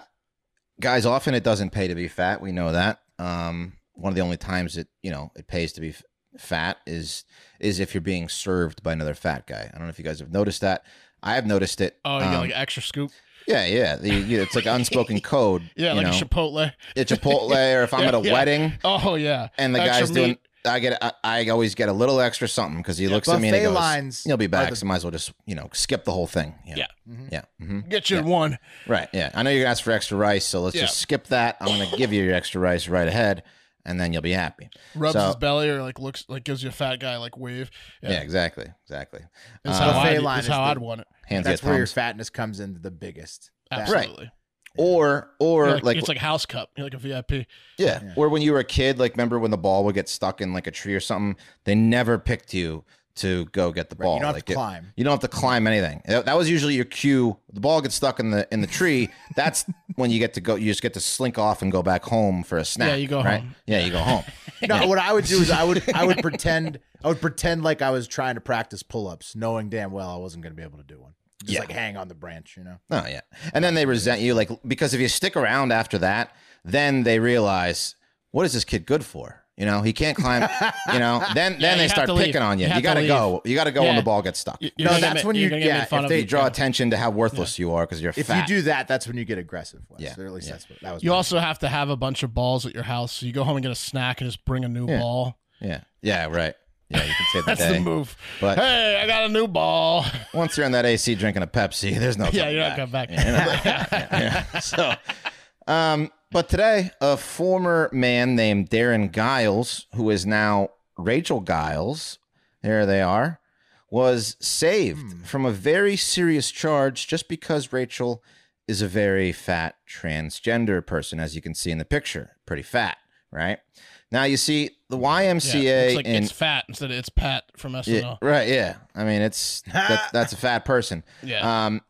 guys, often it doesn't pay to be fat. We know that. Um, one of the only times it you know it pays to be f- fat is is if you're being served by another fat guy. I don't know if you guys have noticed that. I have noticed it. Oh, you got Um, like an extra scoop. yeah, yeah. The, you- it's like unspoken code. Yeah, you like a know? Chipotle. at Chipotle, or if I'm Yeah, at a yeah. wedding Oh yeah. and the Extra guy's doing, meat. I get, I, I always get a little extra something because he looks at me and he Buffet goes, lines. "You'll be are back, the- so might as well just you know skip the whole thing." Yeah. yeah, yeah. hmm Get you in one. right. Yeah, I know you're gonna ask for extra rice, so let's Yeah. just skip that. I'm gonna give you your extra rice right ahead, and then you'll be happy. Rubs So- his belly or like looks like gives you a fat guy like wave. Yeah, exactly, exactly. That's Uh, how, Buffet I'd, line that's is how the- I'd want it. Hands That's get where your thumbs. fatness comes in the biggest. That- Absolutely. or or You're like, it's like house cup. You're like a VIP. Yeah. Or when you were a kid, like remember when the ball would get stuck in like a tree or something? They never picked you to go get the you ball. don't have Like, to it- climb. You don't have to climb anything. That that was usually your cue. The ball gets stuck in the in the tree. That's when you get to go. You just get to slink off and go back home for a snack. Yeah, you go right? home. Yeah, you go home. No, what I would do is I would I would pretend I would pretend like I was trying to practice pull ups, knowing damn well I wasn't going to be able to do one. Just Yeah. like hang on the branch, you know. Oh yeah, and then they resent you, like because if you stick around after that, then they realize what is this kid good for? You know, he can't climb. you know, Yeah, then then you they have start to leave. picking on you. You You, have to gotta leave. go. You gotta go Yeah. when the ball gets stuck. You- you're No, gonna that's get- when you're you- gonna get yeah, made fun if of. they you draw know. attention to how worthless you are because you're If fat. you do that, that's when you get aggressive. Wes. Yeah, Or at least yeah. that's what that was. You my- also have to have a bunch of balls at your house. So you go home and get a snack and just bring a new Yeah. ball. yeah, yeah, right. Yeah, you can save the That's day. the move. But- hey, I got a new ball. Once you're in that AC drinking a Pepsi, there's no yeah, coming you're not back. coming back. Yeah. So, um, but today, a former man named Darren Giles, who is now Rachel Giles, there they are, was saved Hmm. from a very serious charge just because Rachel is a very fat transgender person, as you can see in the picture. Pretty fat, right? Now, you see, the Yeah, YMCA it's like in. it's fat instead of it's Pat from SNL. Yeah, right, yeah. I mean, it's that, that's a fat person. Yeah. Um,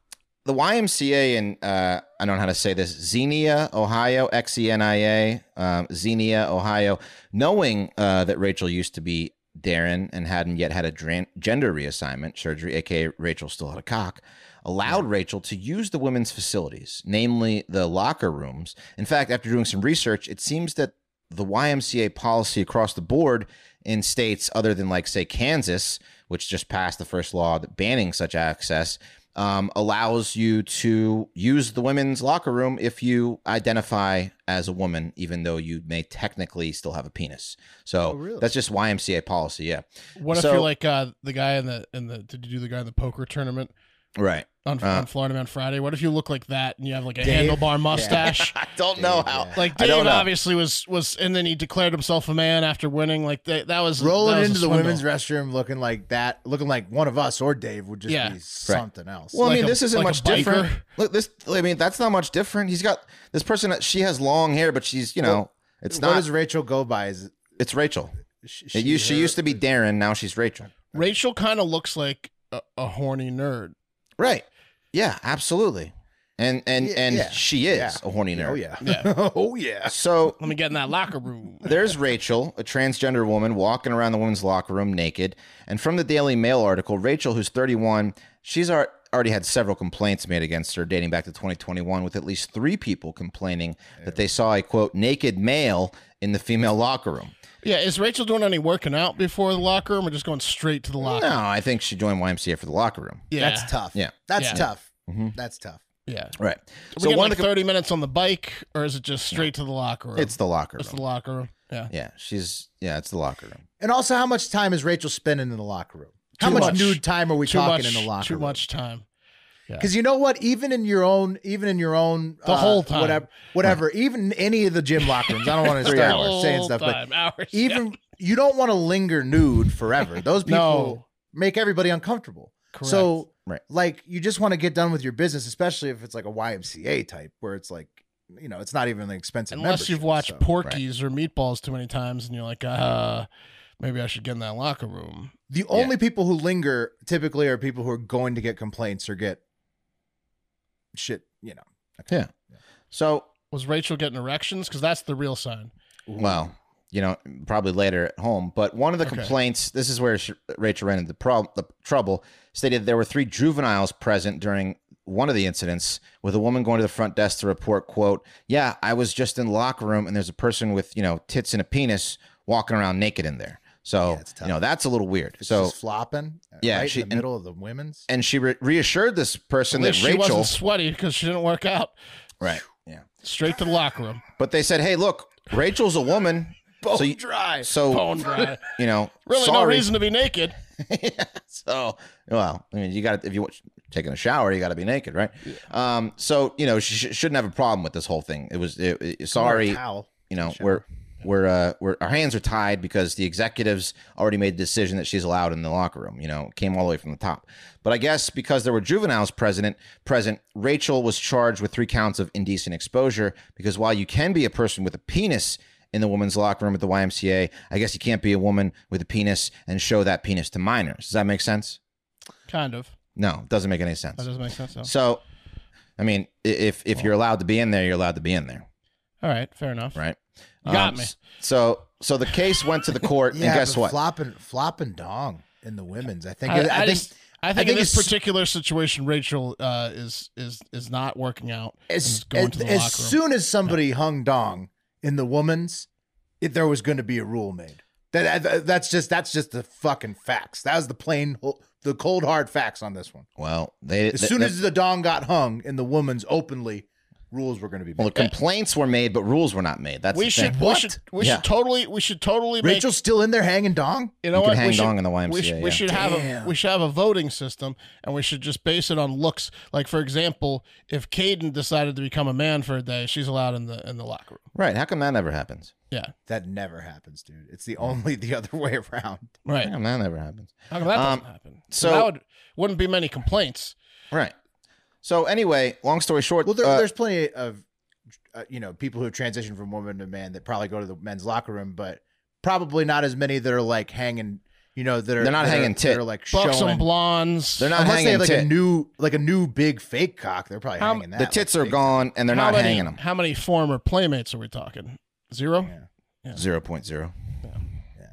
the YMCA in uh, I don't know how to say this Xenia, Ohio, X E N I A, um, Xenia, Ohio. Knowing uh, that Rachel used to be Darren and hadn't yet had a dran- gender reassignment surgery, aka Rachel still had a cock, allowed Rachel to use the women's facilities, namely the locker rooms. In fact, after doing some research, it seems that the YMCA policy across the board in states other than like say Kansas, which just passed the first law that banning such access, um, allows you to use the women's locker room if you identify as a woman, even though you may technically still have a penis. So that's just YMCA policy. Yeah, What if So- you're like uh, the guy in the in the did you do the guy in the poker tournament right. on, on Florida Man Friday? What if you look like that and you have like a Dave? handlebar mustache? I don't know how. Like I don't Dave know. obviously was was, and then he declared himself a man after winning. Like that, that was that Rolling was a into the swindle. women's restroom looking like that, looking like one of us or Dave would just Yeah. be something else. Well, like I mean, a- this isn't like a much different. biker. Look, this. I mean, that's not much different. He's got this person. She has long hair, but she's you know, it's what not. does Rachel go by? Is it it's Rachel. sh- It used, she her? used to be Darren. Now she's Rachel. Rachel kind of looks like a, a horny nerd. Right. Yeah. Absolutely. And and Yeah, and yeah. she is Yeah. a horny nerd. Oh yeah. Yeah. oh yeah. So Let me get in that locker room. There's Rachel, a transgender woman walking around the women's locker room naked. And from the Daily Mail article, Rachel, who's 31, she's al- already had several complaints made against her dating back to 2021, with at least three people complaining that they saw a quote, naked male in the female locker room. Yeah, is Rachel doing any working out before the locker room or just going straight to the locker? No, I think she joined YMCA for the locker room. Yeah. That's tough. Yeah. Mm-hmm. That's Yeah. tough. That's tough. Yeah. Right. so we So get one like of the com- 30 minutes on the bike or is it just straight to the locker room? it's the locker It's the room. locker room. Yeah. Yeah, she's yeah, it's the locker room. And also, how much time is Rachel spending in the locker room? How Too much, much. nude time are we too talking much in the locker too room? much time. Because you know what? Even in your own, even in your own, The whole time. whatever, whatever. Even any of the gym locker rooms. I don't want to Three start hours. saying stuff, Whole time, but hours, even yeah. you don't want to linger nude forever. Those people No. make everybody uncomfortable. So, Right. like, you just want to get done with your business, especially if it's like a YMCA type, where it's like, you know, it's not even an expensive. unless you've membership, watched so- Porky's or Meatballs too many times and you're like, uh, maybe I should get in that locker room. The only people who linger typically are people who are going to get complaints or get shit, you know. Yeah. So Was Rachel getting erections? Because that's the real sign. Well, you know, probably later at home. But one of the Okay. complaints, this is where sh Rachel ran into the, prob- the trouble, stated there were three juveniles present during one of the incidents with a woman going to the front desk to report, quote, yeah, I was just in the locker room and there's a person with, you know, tits and a penis walking around naked in there. So, it's you know, that's a little weird. It's So, just flopping Yeah, right she- in and- the middle of the women's. and she re- reassured this person At least that she Rachel, wasn't sweaty because she didn't work out. right. Yeah. Straight to the locker room. But they said, hey, look, Rachel's a woman. so you, dry. So, Bone dry. you know, Really, no sorry. reason to be naked. so well i mean you got to if you watch taking a shower you got to be naked right um so you know she sh- shouldn't have a problem with this whole thing it was it, it- sorry towel. you know we're we're uh we're our hands are tied because the executives already made the decision that she's allowed in the locker room you know it came all the way from the top but i guess because there were juveniles present present rachel was charged with three counts of indecent exposure because while you can be a person with a penis in the women's locker room at the YMCA, I guess you can't be a woman with a penis and show that penis to minors. Does that make sense? Kind of. No, it doesn't make any sense. That doesn't make sense. Though. So, I mean, i- if if you're allowed to be in there, you're allowed to be in there, All right, fair enough. right? Um, You got me. s- So, so the case went to the court, Um, Yeah, and guess but what? Flopping, flopping dong in the women's. I think. I, I, I, think. just, I think in think this it's- particular situation, Rachel uh, is is is not working out. and as, is going as- to the as locker room. soon as somebody hung dong in the woman's, it, there was going to be a rule made. That, that- that's just that's just the fucking facts. That was the plain, the cold hard facts on this one. Well, they As they- soon they- as the dong got hung in the woman's openly, rules were going to be well, made. the complaints were made, but rules were not made. That's we the should, thing. we should we Yeah. should totally we should totally make Rachel's still in there hanging dong. you know You can what hang we should, dong in the We YMCA, should, yeah. we should have a we should have a voting system, and we should just base it on looks. Like for example, if Caden decided to become a man for a day, she's allowed in the in the locker room. right? How come that never happens? Yeah, That never happens, dude. It's the only the other way around. right. How come that never happens? How come that Um, doesn't happen? so- that would wouldn't be many complaints. Right. So anyway, long story short, Well, there, uh, there's plenty of uh, you know people who transition from woman to man that probably go to the men's locker room, but probably not as many that are like hanging you know that are They're not that are- hanging tit. That are like buxom showing. blondes. They're not Unless they hanging have like a tit. new like a new big fake cock, they're probably How- hanging that. the like, tits are big. gone and they're how not many, hanging them. How many former playmates are we talking? Zero. Zero point zero. Yeah.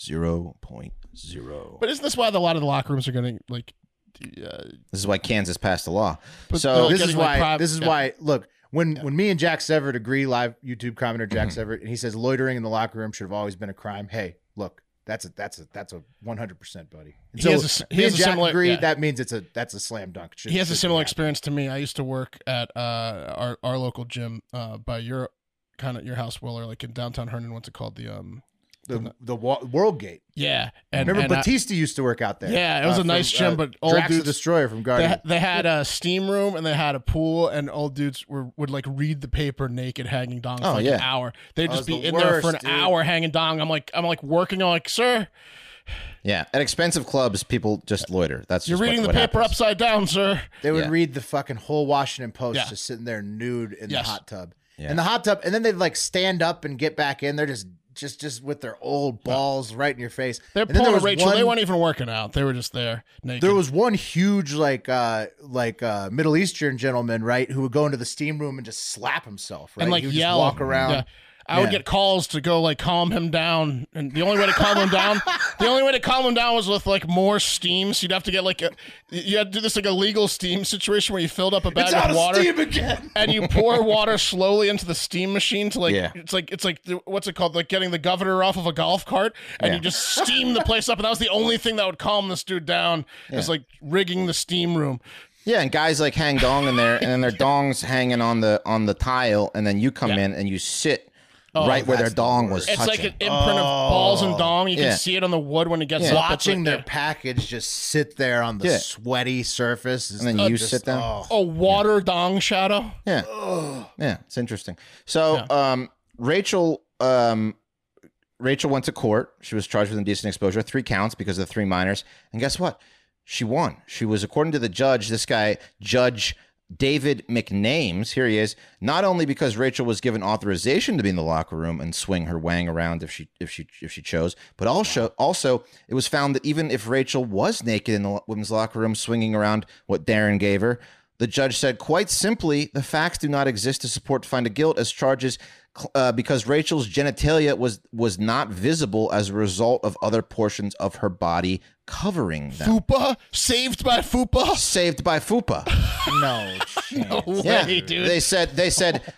Zero point zero. But isn't this why the- a lot of the locker rooms are getting like? Uh, This is why Kansas passed the law. But so the- Oh, This is Getting, like, why. priv- this is yeah. why. Look, when when me and Jack Severt agree, live YouTube commenter Jack Mm-hmm. Severt, and he says loitering in the locker room should have always been a crime. Hey, look, that's a that's a that's a one hundred percent, buddy. And He so has a s- he me has and a Jack similar- agree. yeah. That means it's a that's a slam dunk. Should- he has a should similar happen. experience to me. I used to work at uh, our our local gym uh, by your kind of your house, Willer, like in downtown Herndon. What's it called? The um. The, the wa- World Gate. Yeah, and Remember and I- Batista used to work out there. Uh, Yeah, it was a nice gym, but old Drax dudes- the Destroyer from Guardian. they, they had a steam room and they had a pool and old dudes were would like read the paper naked hanging dong for Oh, like yeah. an hour. They'd Oh, just it's be the in there for an worst, dude. hour hanging dong. I'm like I'm like working. I'm like, sir, Yeah. At expensive clubs, people just loiter. That's you're just what- reading what the paper happens. upside down, sir. They would Yeah. read the fucking whole Washington Post Yeah. just sitting there nude in Yes. the hot tub. Yeah. In the hot tub, and then they'd like stand up and get back in. They're just just just with their old balls right in your face. They're and then poor was Rachel. One, they weren't even working out. They were just there naked. there was one huge like uh like uh Middle Eastern gentleman, right, who would go into the steam room and just slap himself, right? and like he would yell, just walk around. Yeah. I would Yeah. get calls to go like calm him down, and the only way to calm him down, the only way to calm him down was with like more steam. So you'd have to get like a, you had to do this like a legal steam situation where you filled up a bag It's of out of water steam again. and you pour water slowly into the steam machine to like Yeah. it's like it's like the- what's it called like getting the governor off of a golf cart and Yeah. you just steam the place up and that was the only thing that would calm this dude down is like rigging the steam room Yeah, and guys like hang dong in there, and then their dongs hanging on the on the tile, and then you come Yeah. Oh, in and you sit right where their that's the dong was it's like touching. an imprint of balls and dong you Yeah. can see it on the wood when it gets up. It's Oh. Watching like- their yeah. package just sit there on the Yeah. sweaty surface, is And then you just- sit down. oh. a water dong shadow yeah, yeah, it's interesting. So, um, Rachel, um, Rachel went to court. She was charged with indecent exposure, three counts because of the three minors. And guess what? She won. She was, according to the judge, this guy, Judge David McNames, here he is, not only because Rachel was given authorization to be in the locker room and swing her wang around if she if she if she chose, but also also it was found that even if Rachel was naked in the lo- women's locker room swinging around what Darren gave her, the judge said quite simply, the facts do not exist to support find a guilt as charges cl- uh, because Rachel's genitalia was was not visible as a result of other portions of her body covering them. fupa saved by fupa Saved by FUPA. No, chance. Yeah, way, dude they said they said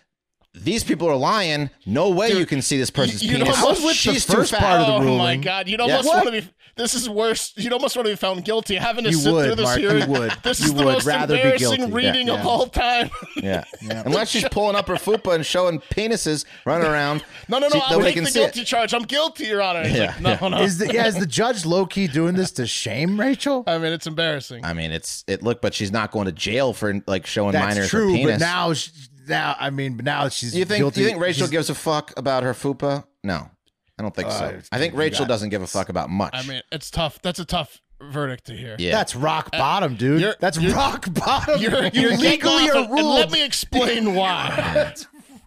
these people are lying. No way you can see this person's you'd penis. almost- I was with the She's first too fat. part of the oh my ruling. god! You'd Yeah. almost What? want to be. This is worse. You'd almost want to be found guilty. Having to You sit through would, this Mark, you hearing. would. This You is the would most rather be embarrassing guilty. reading Yeah. of Yeah. all time. Yeah. unless she's pulling up her FUPA and showing penises running around. No, no, no! so I'll nobody take can the see guilty it. charge. I'm guilty, Your Honor. It's Yeah, like, no, yeah. no. Is the, yeah, is the judge low key doing this to shame Rachel? I mean, it's embarrassing. I mean, it's it. Look, but she's not going to jail for like showing minors That's her true, penis. but now, she, now I mean, but now she's you think guilty. you think Rachel She's- gives a fuck about her FUPA? No, I don't Oh, think so. I think Rachel doesn't give a fuck about much. I mean, it's tough. That's a tough verdict to hear. yeah, That's rock bottom, dude. you're- That's you're- rock bottom. You're, you're getting legally off are and- and Let ruled. me explain why.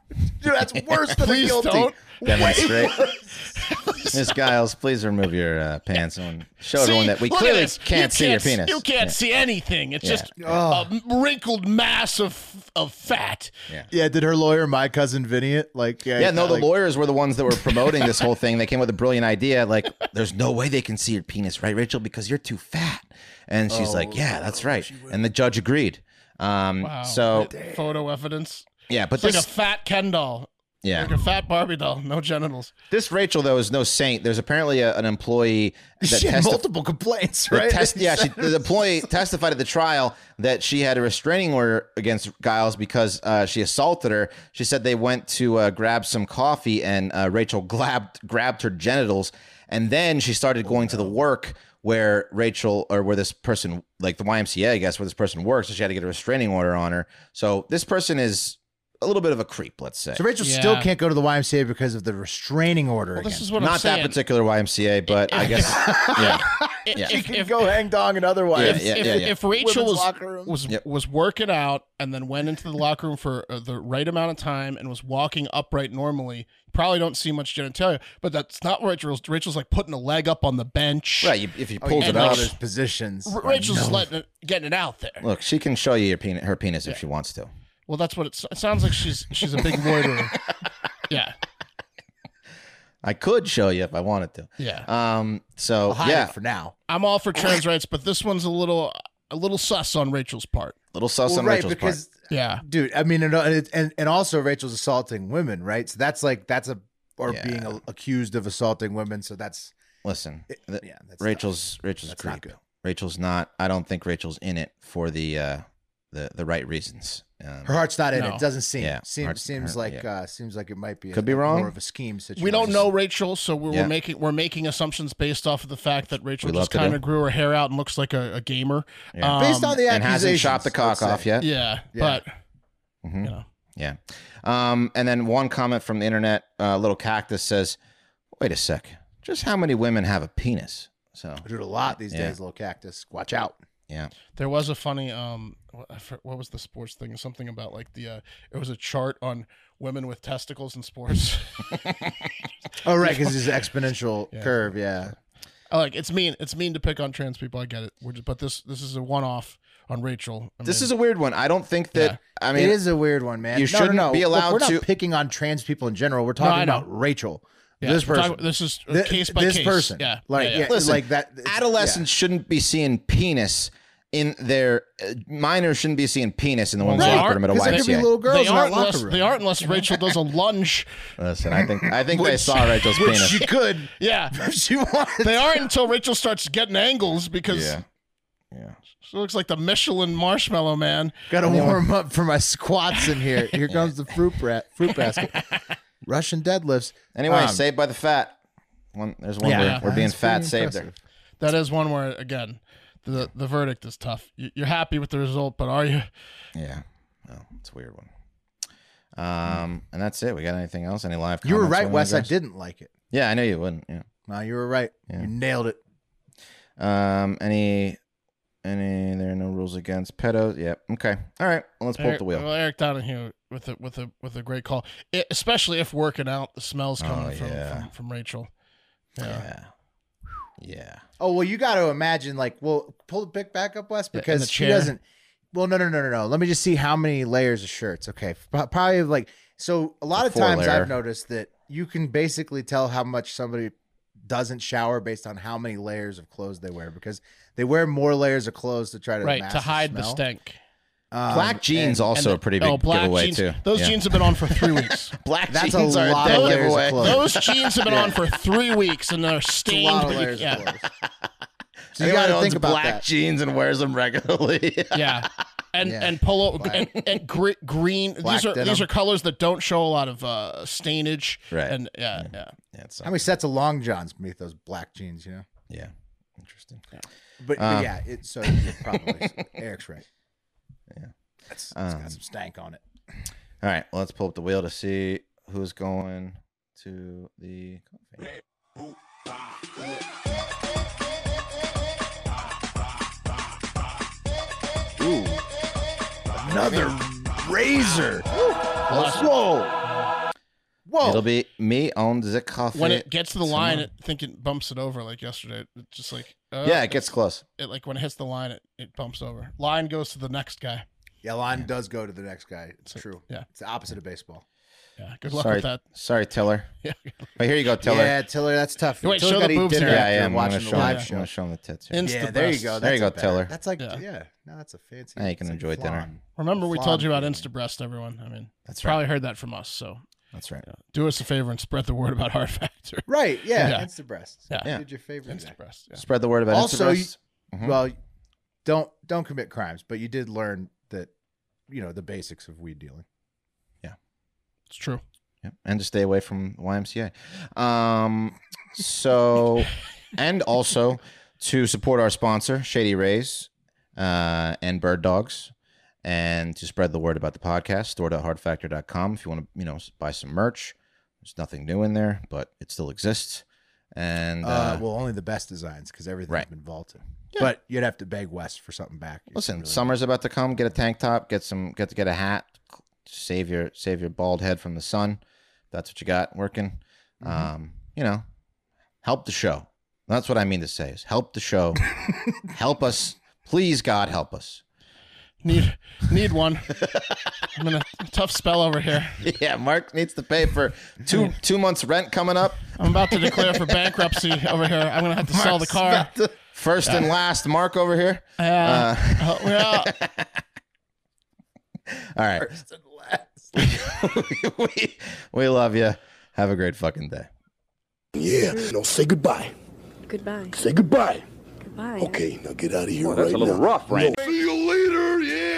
dude, that's worse than a Please guilty. don't. demonstrate. Miss Giles, please remove your uh, pants and show everyone that we look at clearly this. can't, You see can't your s- penis. You can't see anything. It's just a wrinkled mass of of fat. Yeah, did her lawyer, my cousin Vinny, it like yeah, Yeah, no, the like, lawyers were the ones that were promoting this whole thing. They came with a brilliant idea. Like, there's no way they can see your penis, right, Rachel? Because you're too fat. And she's like, Oh, yeah, that's right. And the judge agreed. Um, Wow. So, photo evidence. yeah, but It's like this, a fat Ken doll. yeah. Like a fat Barbie doll, no genitals. this Rachel, though, is no saint. There's apparently a, an employee that she had testified. multiple complaints, The right? test- yeah, she, the employee testified at the trial that she had a restraining order against Giles because uh, she assaulted her. She said they went to uh, grab some coffee and uh, Rachel grabbed grabbed her genitals, and then she started going to the work where Rachel or where this person, like the YMCA, I guess, where this person works. So she had to get a restraining order on her. So this person is a little bit of a creep, let's say. So Rachel still Yeah. can't go to the YMCA because of the restraining order. Well, this again. is what I'm Not saying. that particular YMCA, but I guess yeah. yeah. she can go hang dong and otherwise. if, Yeah, if, yeah, yeah. if Rachel Women's was locker room. was Yep. was working out and then went into the locker room for uh, the right amount of time and was walking upright normally, you probably don't see much genitalia. But that's not what Rachel's. Rachel's like putting a leg up on the bench. Right, you, Oh, if you pulled yeah, it no, out, there's There's positions. R- Rachel's letting it, getting it out there. look, she can show you your penis, her penis if she wants to. Well, that's what it, s- it sounds like. She's she's a big loiterer. yeah, I could show you if I wanted to. yeah. Um, so I'll hide yeah, it for now. I'm all for trans rights, but this one's a little a little sus on Rachel's part. little sus Well, on right, Rachel's because part. Yeah, dude, I mean, and, uh, and- and and also Rachel's assaulting women, right? So that's like that's a or Yeah. being a, accused of assaulting women. So that's Listen, th- yeah, that's Uh, Rachel's Rachel's a That's not creep. good. Rachel's not. I don't think Rachel's in it for the uh, the the right reasons. Um, her heart's not in No. it. Doesn't seem Yeah, seems heart's- seems her- like yeah. uh, seems like it might be Could a, be wrong. more of a scheme situation. we don't know Rachel, so we're, Yeah. we're making we're making assumptions based off of the fact that Rachel We love just to kind do. of grew her hair out and looks like a, a gamer. Yeah. Based um, on um, the and hasn't chopped the accusations, cock let's off say. yet. yeah, Yeah. but Mhm. you know. Yeah. Um, and then one comment from the internet, uh, Little Cactus says, wait a sec, just how many women have a penis? So, Dude, a lot these Yeah. days, little cactus. Watch out. yeah. There was a funny um, what- I for- what was the sports thing? Something about like the uh, it was a chart on women with testicles in sports. Oh, right, because it's exponential Yeah. curve. Yeah. I like it's mean it's mean to pick on trans people. I get it. We're just, but this this is a one off on Rachel. I This mean, is a weird one. I don't think that, I mean, it is a weird one, man. you No, no, shouldn't no. be Look, allowed we're not to- picking on trans people in general. We're talking I know. about Rachel, yeah, this we're person, talking- this is uh, Thi- case by this case. person. Yeah, like yeah, yeah, yeah. Listen, like that. adolescents shouldn't be seeing penis in their, uh, minors shouldn't be seeing penis in the ones they locker are, room at E a Because there could be YMCA. little girls They in that aren't, locker unless, room. they aren't unless Rachel does a lunge. Listen, I think, I think they saw Rachel's Which penis. she could Yeah, if she wanted. they aren't until Rachel starts getting angles because Yeah. Yeah. she looks like the Michelin Marshmallow Man. Got to warm up for my squats in here. Here comes the fruit bra- fruit basket. Russian deadlifts. Anyway, Um, saved by the fat. One, there's one Yeah. where we're being That's fat pretty saved there. impressive. That is one where again, the the verdict is tough. You- You're happy with the result, but are you? Yeah. Well, it's a weird one. Um, and that's it. We got anything else? Any live? You were comments right, wanna Wes. I address? didn't like it. Yeah, I know you wouldn't. Yeah. No, you were right. Yeah. You nailed it. Um, any, any? There are no rules against pedos. Yep. Okay. All right. Well, let's pull up Eric, the wheel. Well, Eric Donahue with a with a with a great call, I especially if working out, the smells coming Oh, from, yeah. from from Rachel. Yeah. Yeah. Oh well, you got to imagine like well, pull the pick back up, Wes, Yeah, in the because she chair. doesn't. Well, no, no, no, no, no. Let me just see how many layers of shirts. Okay, Pro- probably like so. A lot The of times four-layer. I've noticed that you can basically tell how much somebody doesn't shower based on how many layers of clothes they wear because they wear more layers of clothes to try to right mask to hide the smell. stink. Um, Black jeans and also And a pretty the- big oh, black giveaway jeans, too. Those yeah. jeans have been on for three weeks. black That's a jeans are lot of dead layers of giveaway. clothes. Those jeans have been on for three weeks and they're a stained. lot of with- layers yeah. of clothes. So you Anyone got to owns think about black that. jeans and wears them regularly. yeah and Yeah. and polo and, and gre- green Black these are denim. these are colors that don't show a lot of uh stainage Right. and yeah yeah, yeah, it's, How many sets of long johns beneath those black jeans? You know. yeah. Interesting. But, Um, but yeah, it, so you're probably Eric's right. Yeah, it's, it's Um, got some stank on it. All right, let's pull up the wheel to see who's going to the coffee. Another razor. Whoa, whoa! It'll be me on the coffee. when it gets to the line tomorrow. it think it bumps it over like yesterday It's just like uh, yeah, it gets close. it, like when it hits the line it, it bumps over line goes to the next guy yeah, line does go to the next guy. It's So, true. yeah. it's the opposite of baseball. yeah good luck sorry, with that sorry, Tiller. Yeah. Wait, here you go, Tiller. Yeah, Tiller, that's tough. Wait, Tiller's show gotta the eat boobs dinner here. Yeah, yeah, I after am. I'm watching gonna the show live them- I'm show. gonna show them the tits. Here. Insta Yeah, there you go. breasts. There That's you go, a better- Tiller. That's like Yeah. yeah. no, that's a fancy. Now you can it's like enjoy dinner. flan. remember we Flan told you about feeling. insta breast everyone i mean That's right. probably heard that from us so That's right. do us a favor and spread the word about heart factor Right? Yeah, Yeah. Insta breasts. Yeah. You did your favorite. insta breast yeah. Spread the word about Also, Instagrams. Mhm. Well, don't don't commit crimes, but you did learn that you know the basics of weed dealing. it's true Yep. And to stay away from YMCA. Um, so, and also to support our sponsor, Shady Rays uh, and Bird Dogs. and to spread the word about the podcast, store.hardfactor.com if you want to, you know, s- buy some merch. There's nothing new in there, but it still exists. And Uh, uh, well, only the best designs because everything's right. been vaulted. But you'd have to beg West for something back. It's listen, really- summer's about to come. Get a tank top. Get some. Get to get a hat. Save your save your bald head from the sun. That's what you got working. Um, you know, help the show. That's what I mean to say is help the show. help us, please, God, help us. Need need one. I'm in a tough spell over here. Yeah, Mark needs to pay for two two months rent coming up. I'm about to declare for bankruptcy over here. I'm gonna have to sell the car. First and last, Mark over here. Yeah. Uh, well, All right. First and last. we, we love you. Have a great fucking day. Yeah. No, say goodbye. Goodbye. Say goodbye. Goodbye. Okay, now get out of here that's right a little now. rough, Randy. No. See you later. Yeah.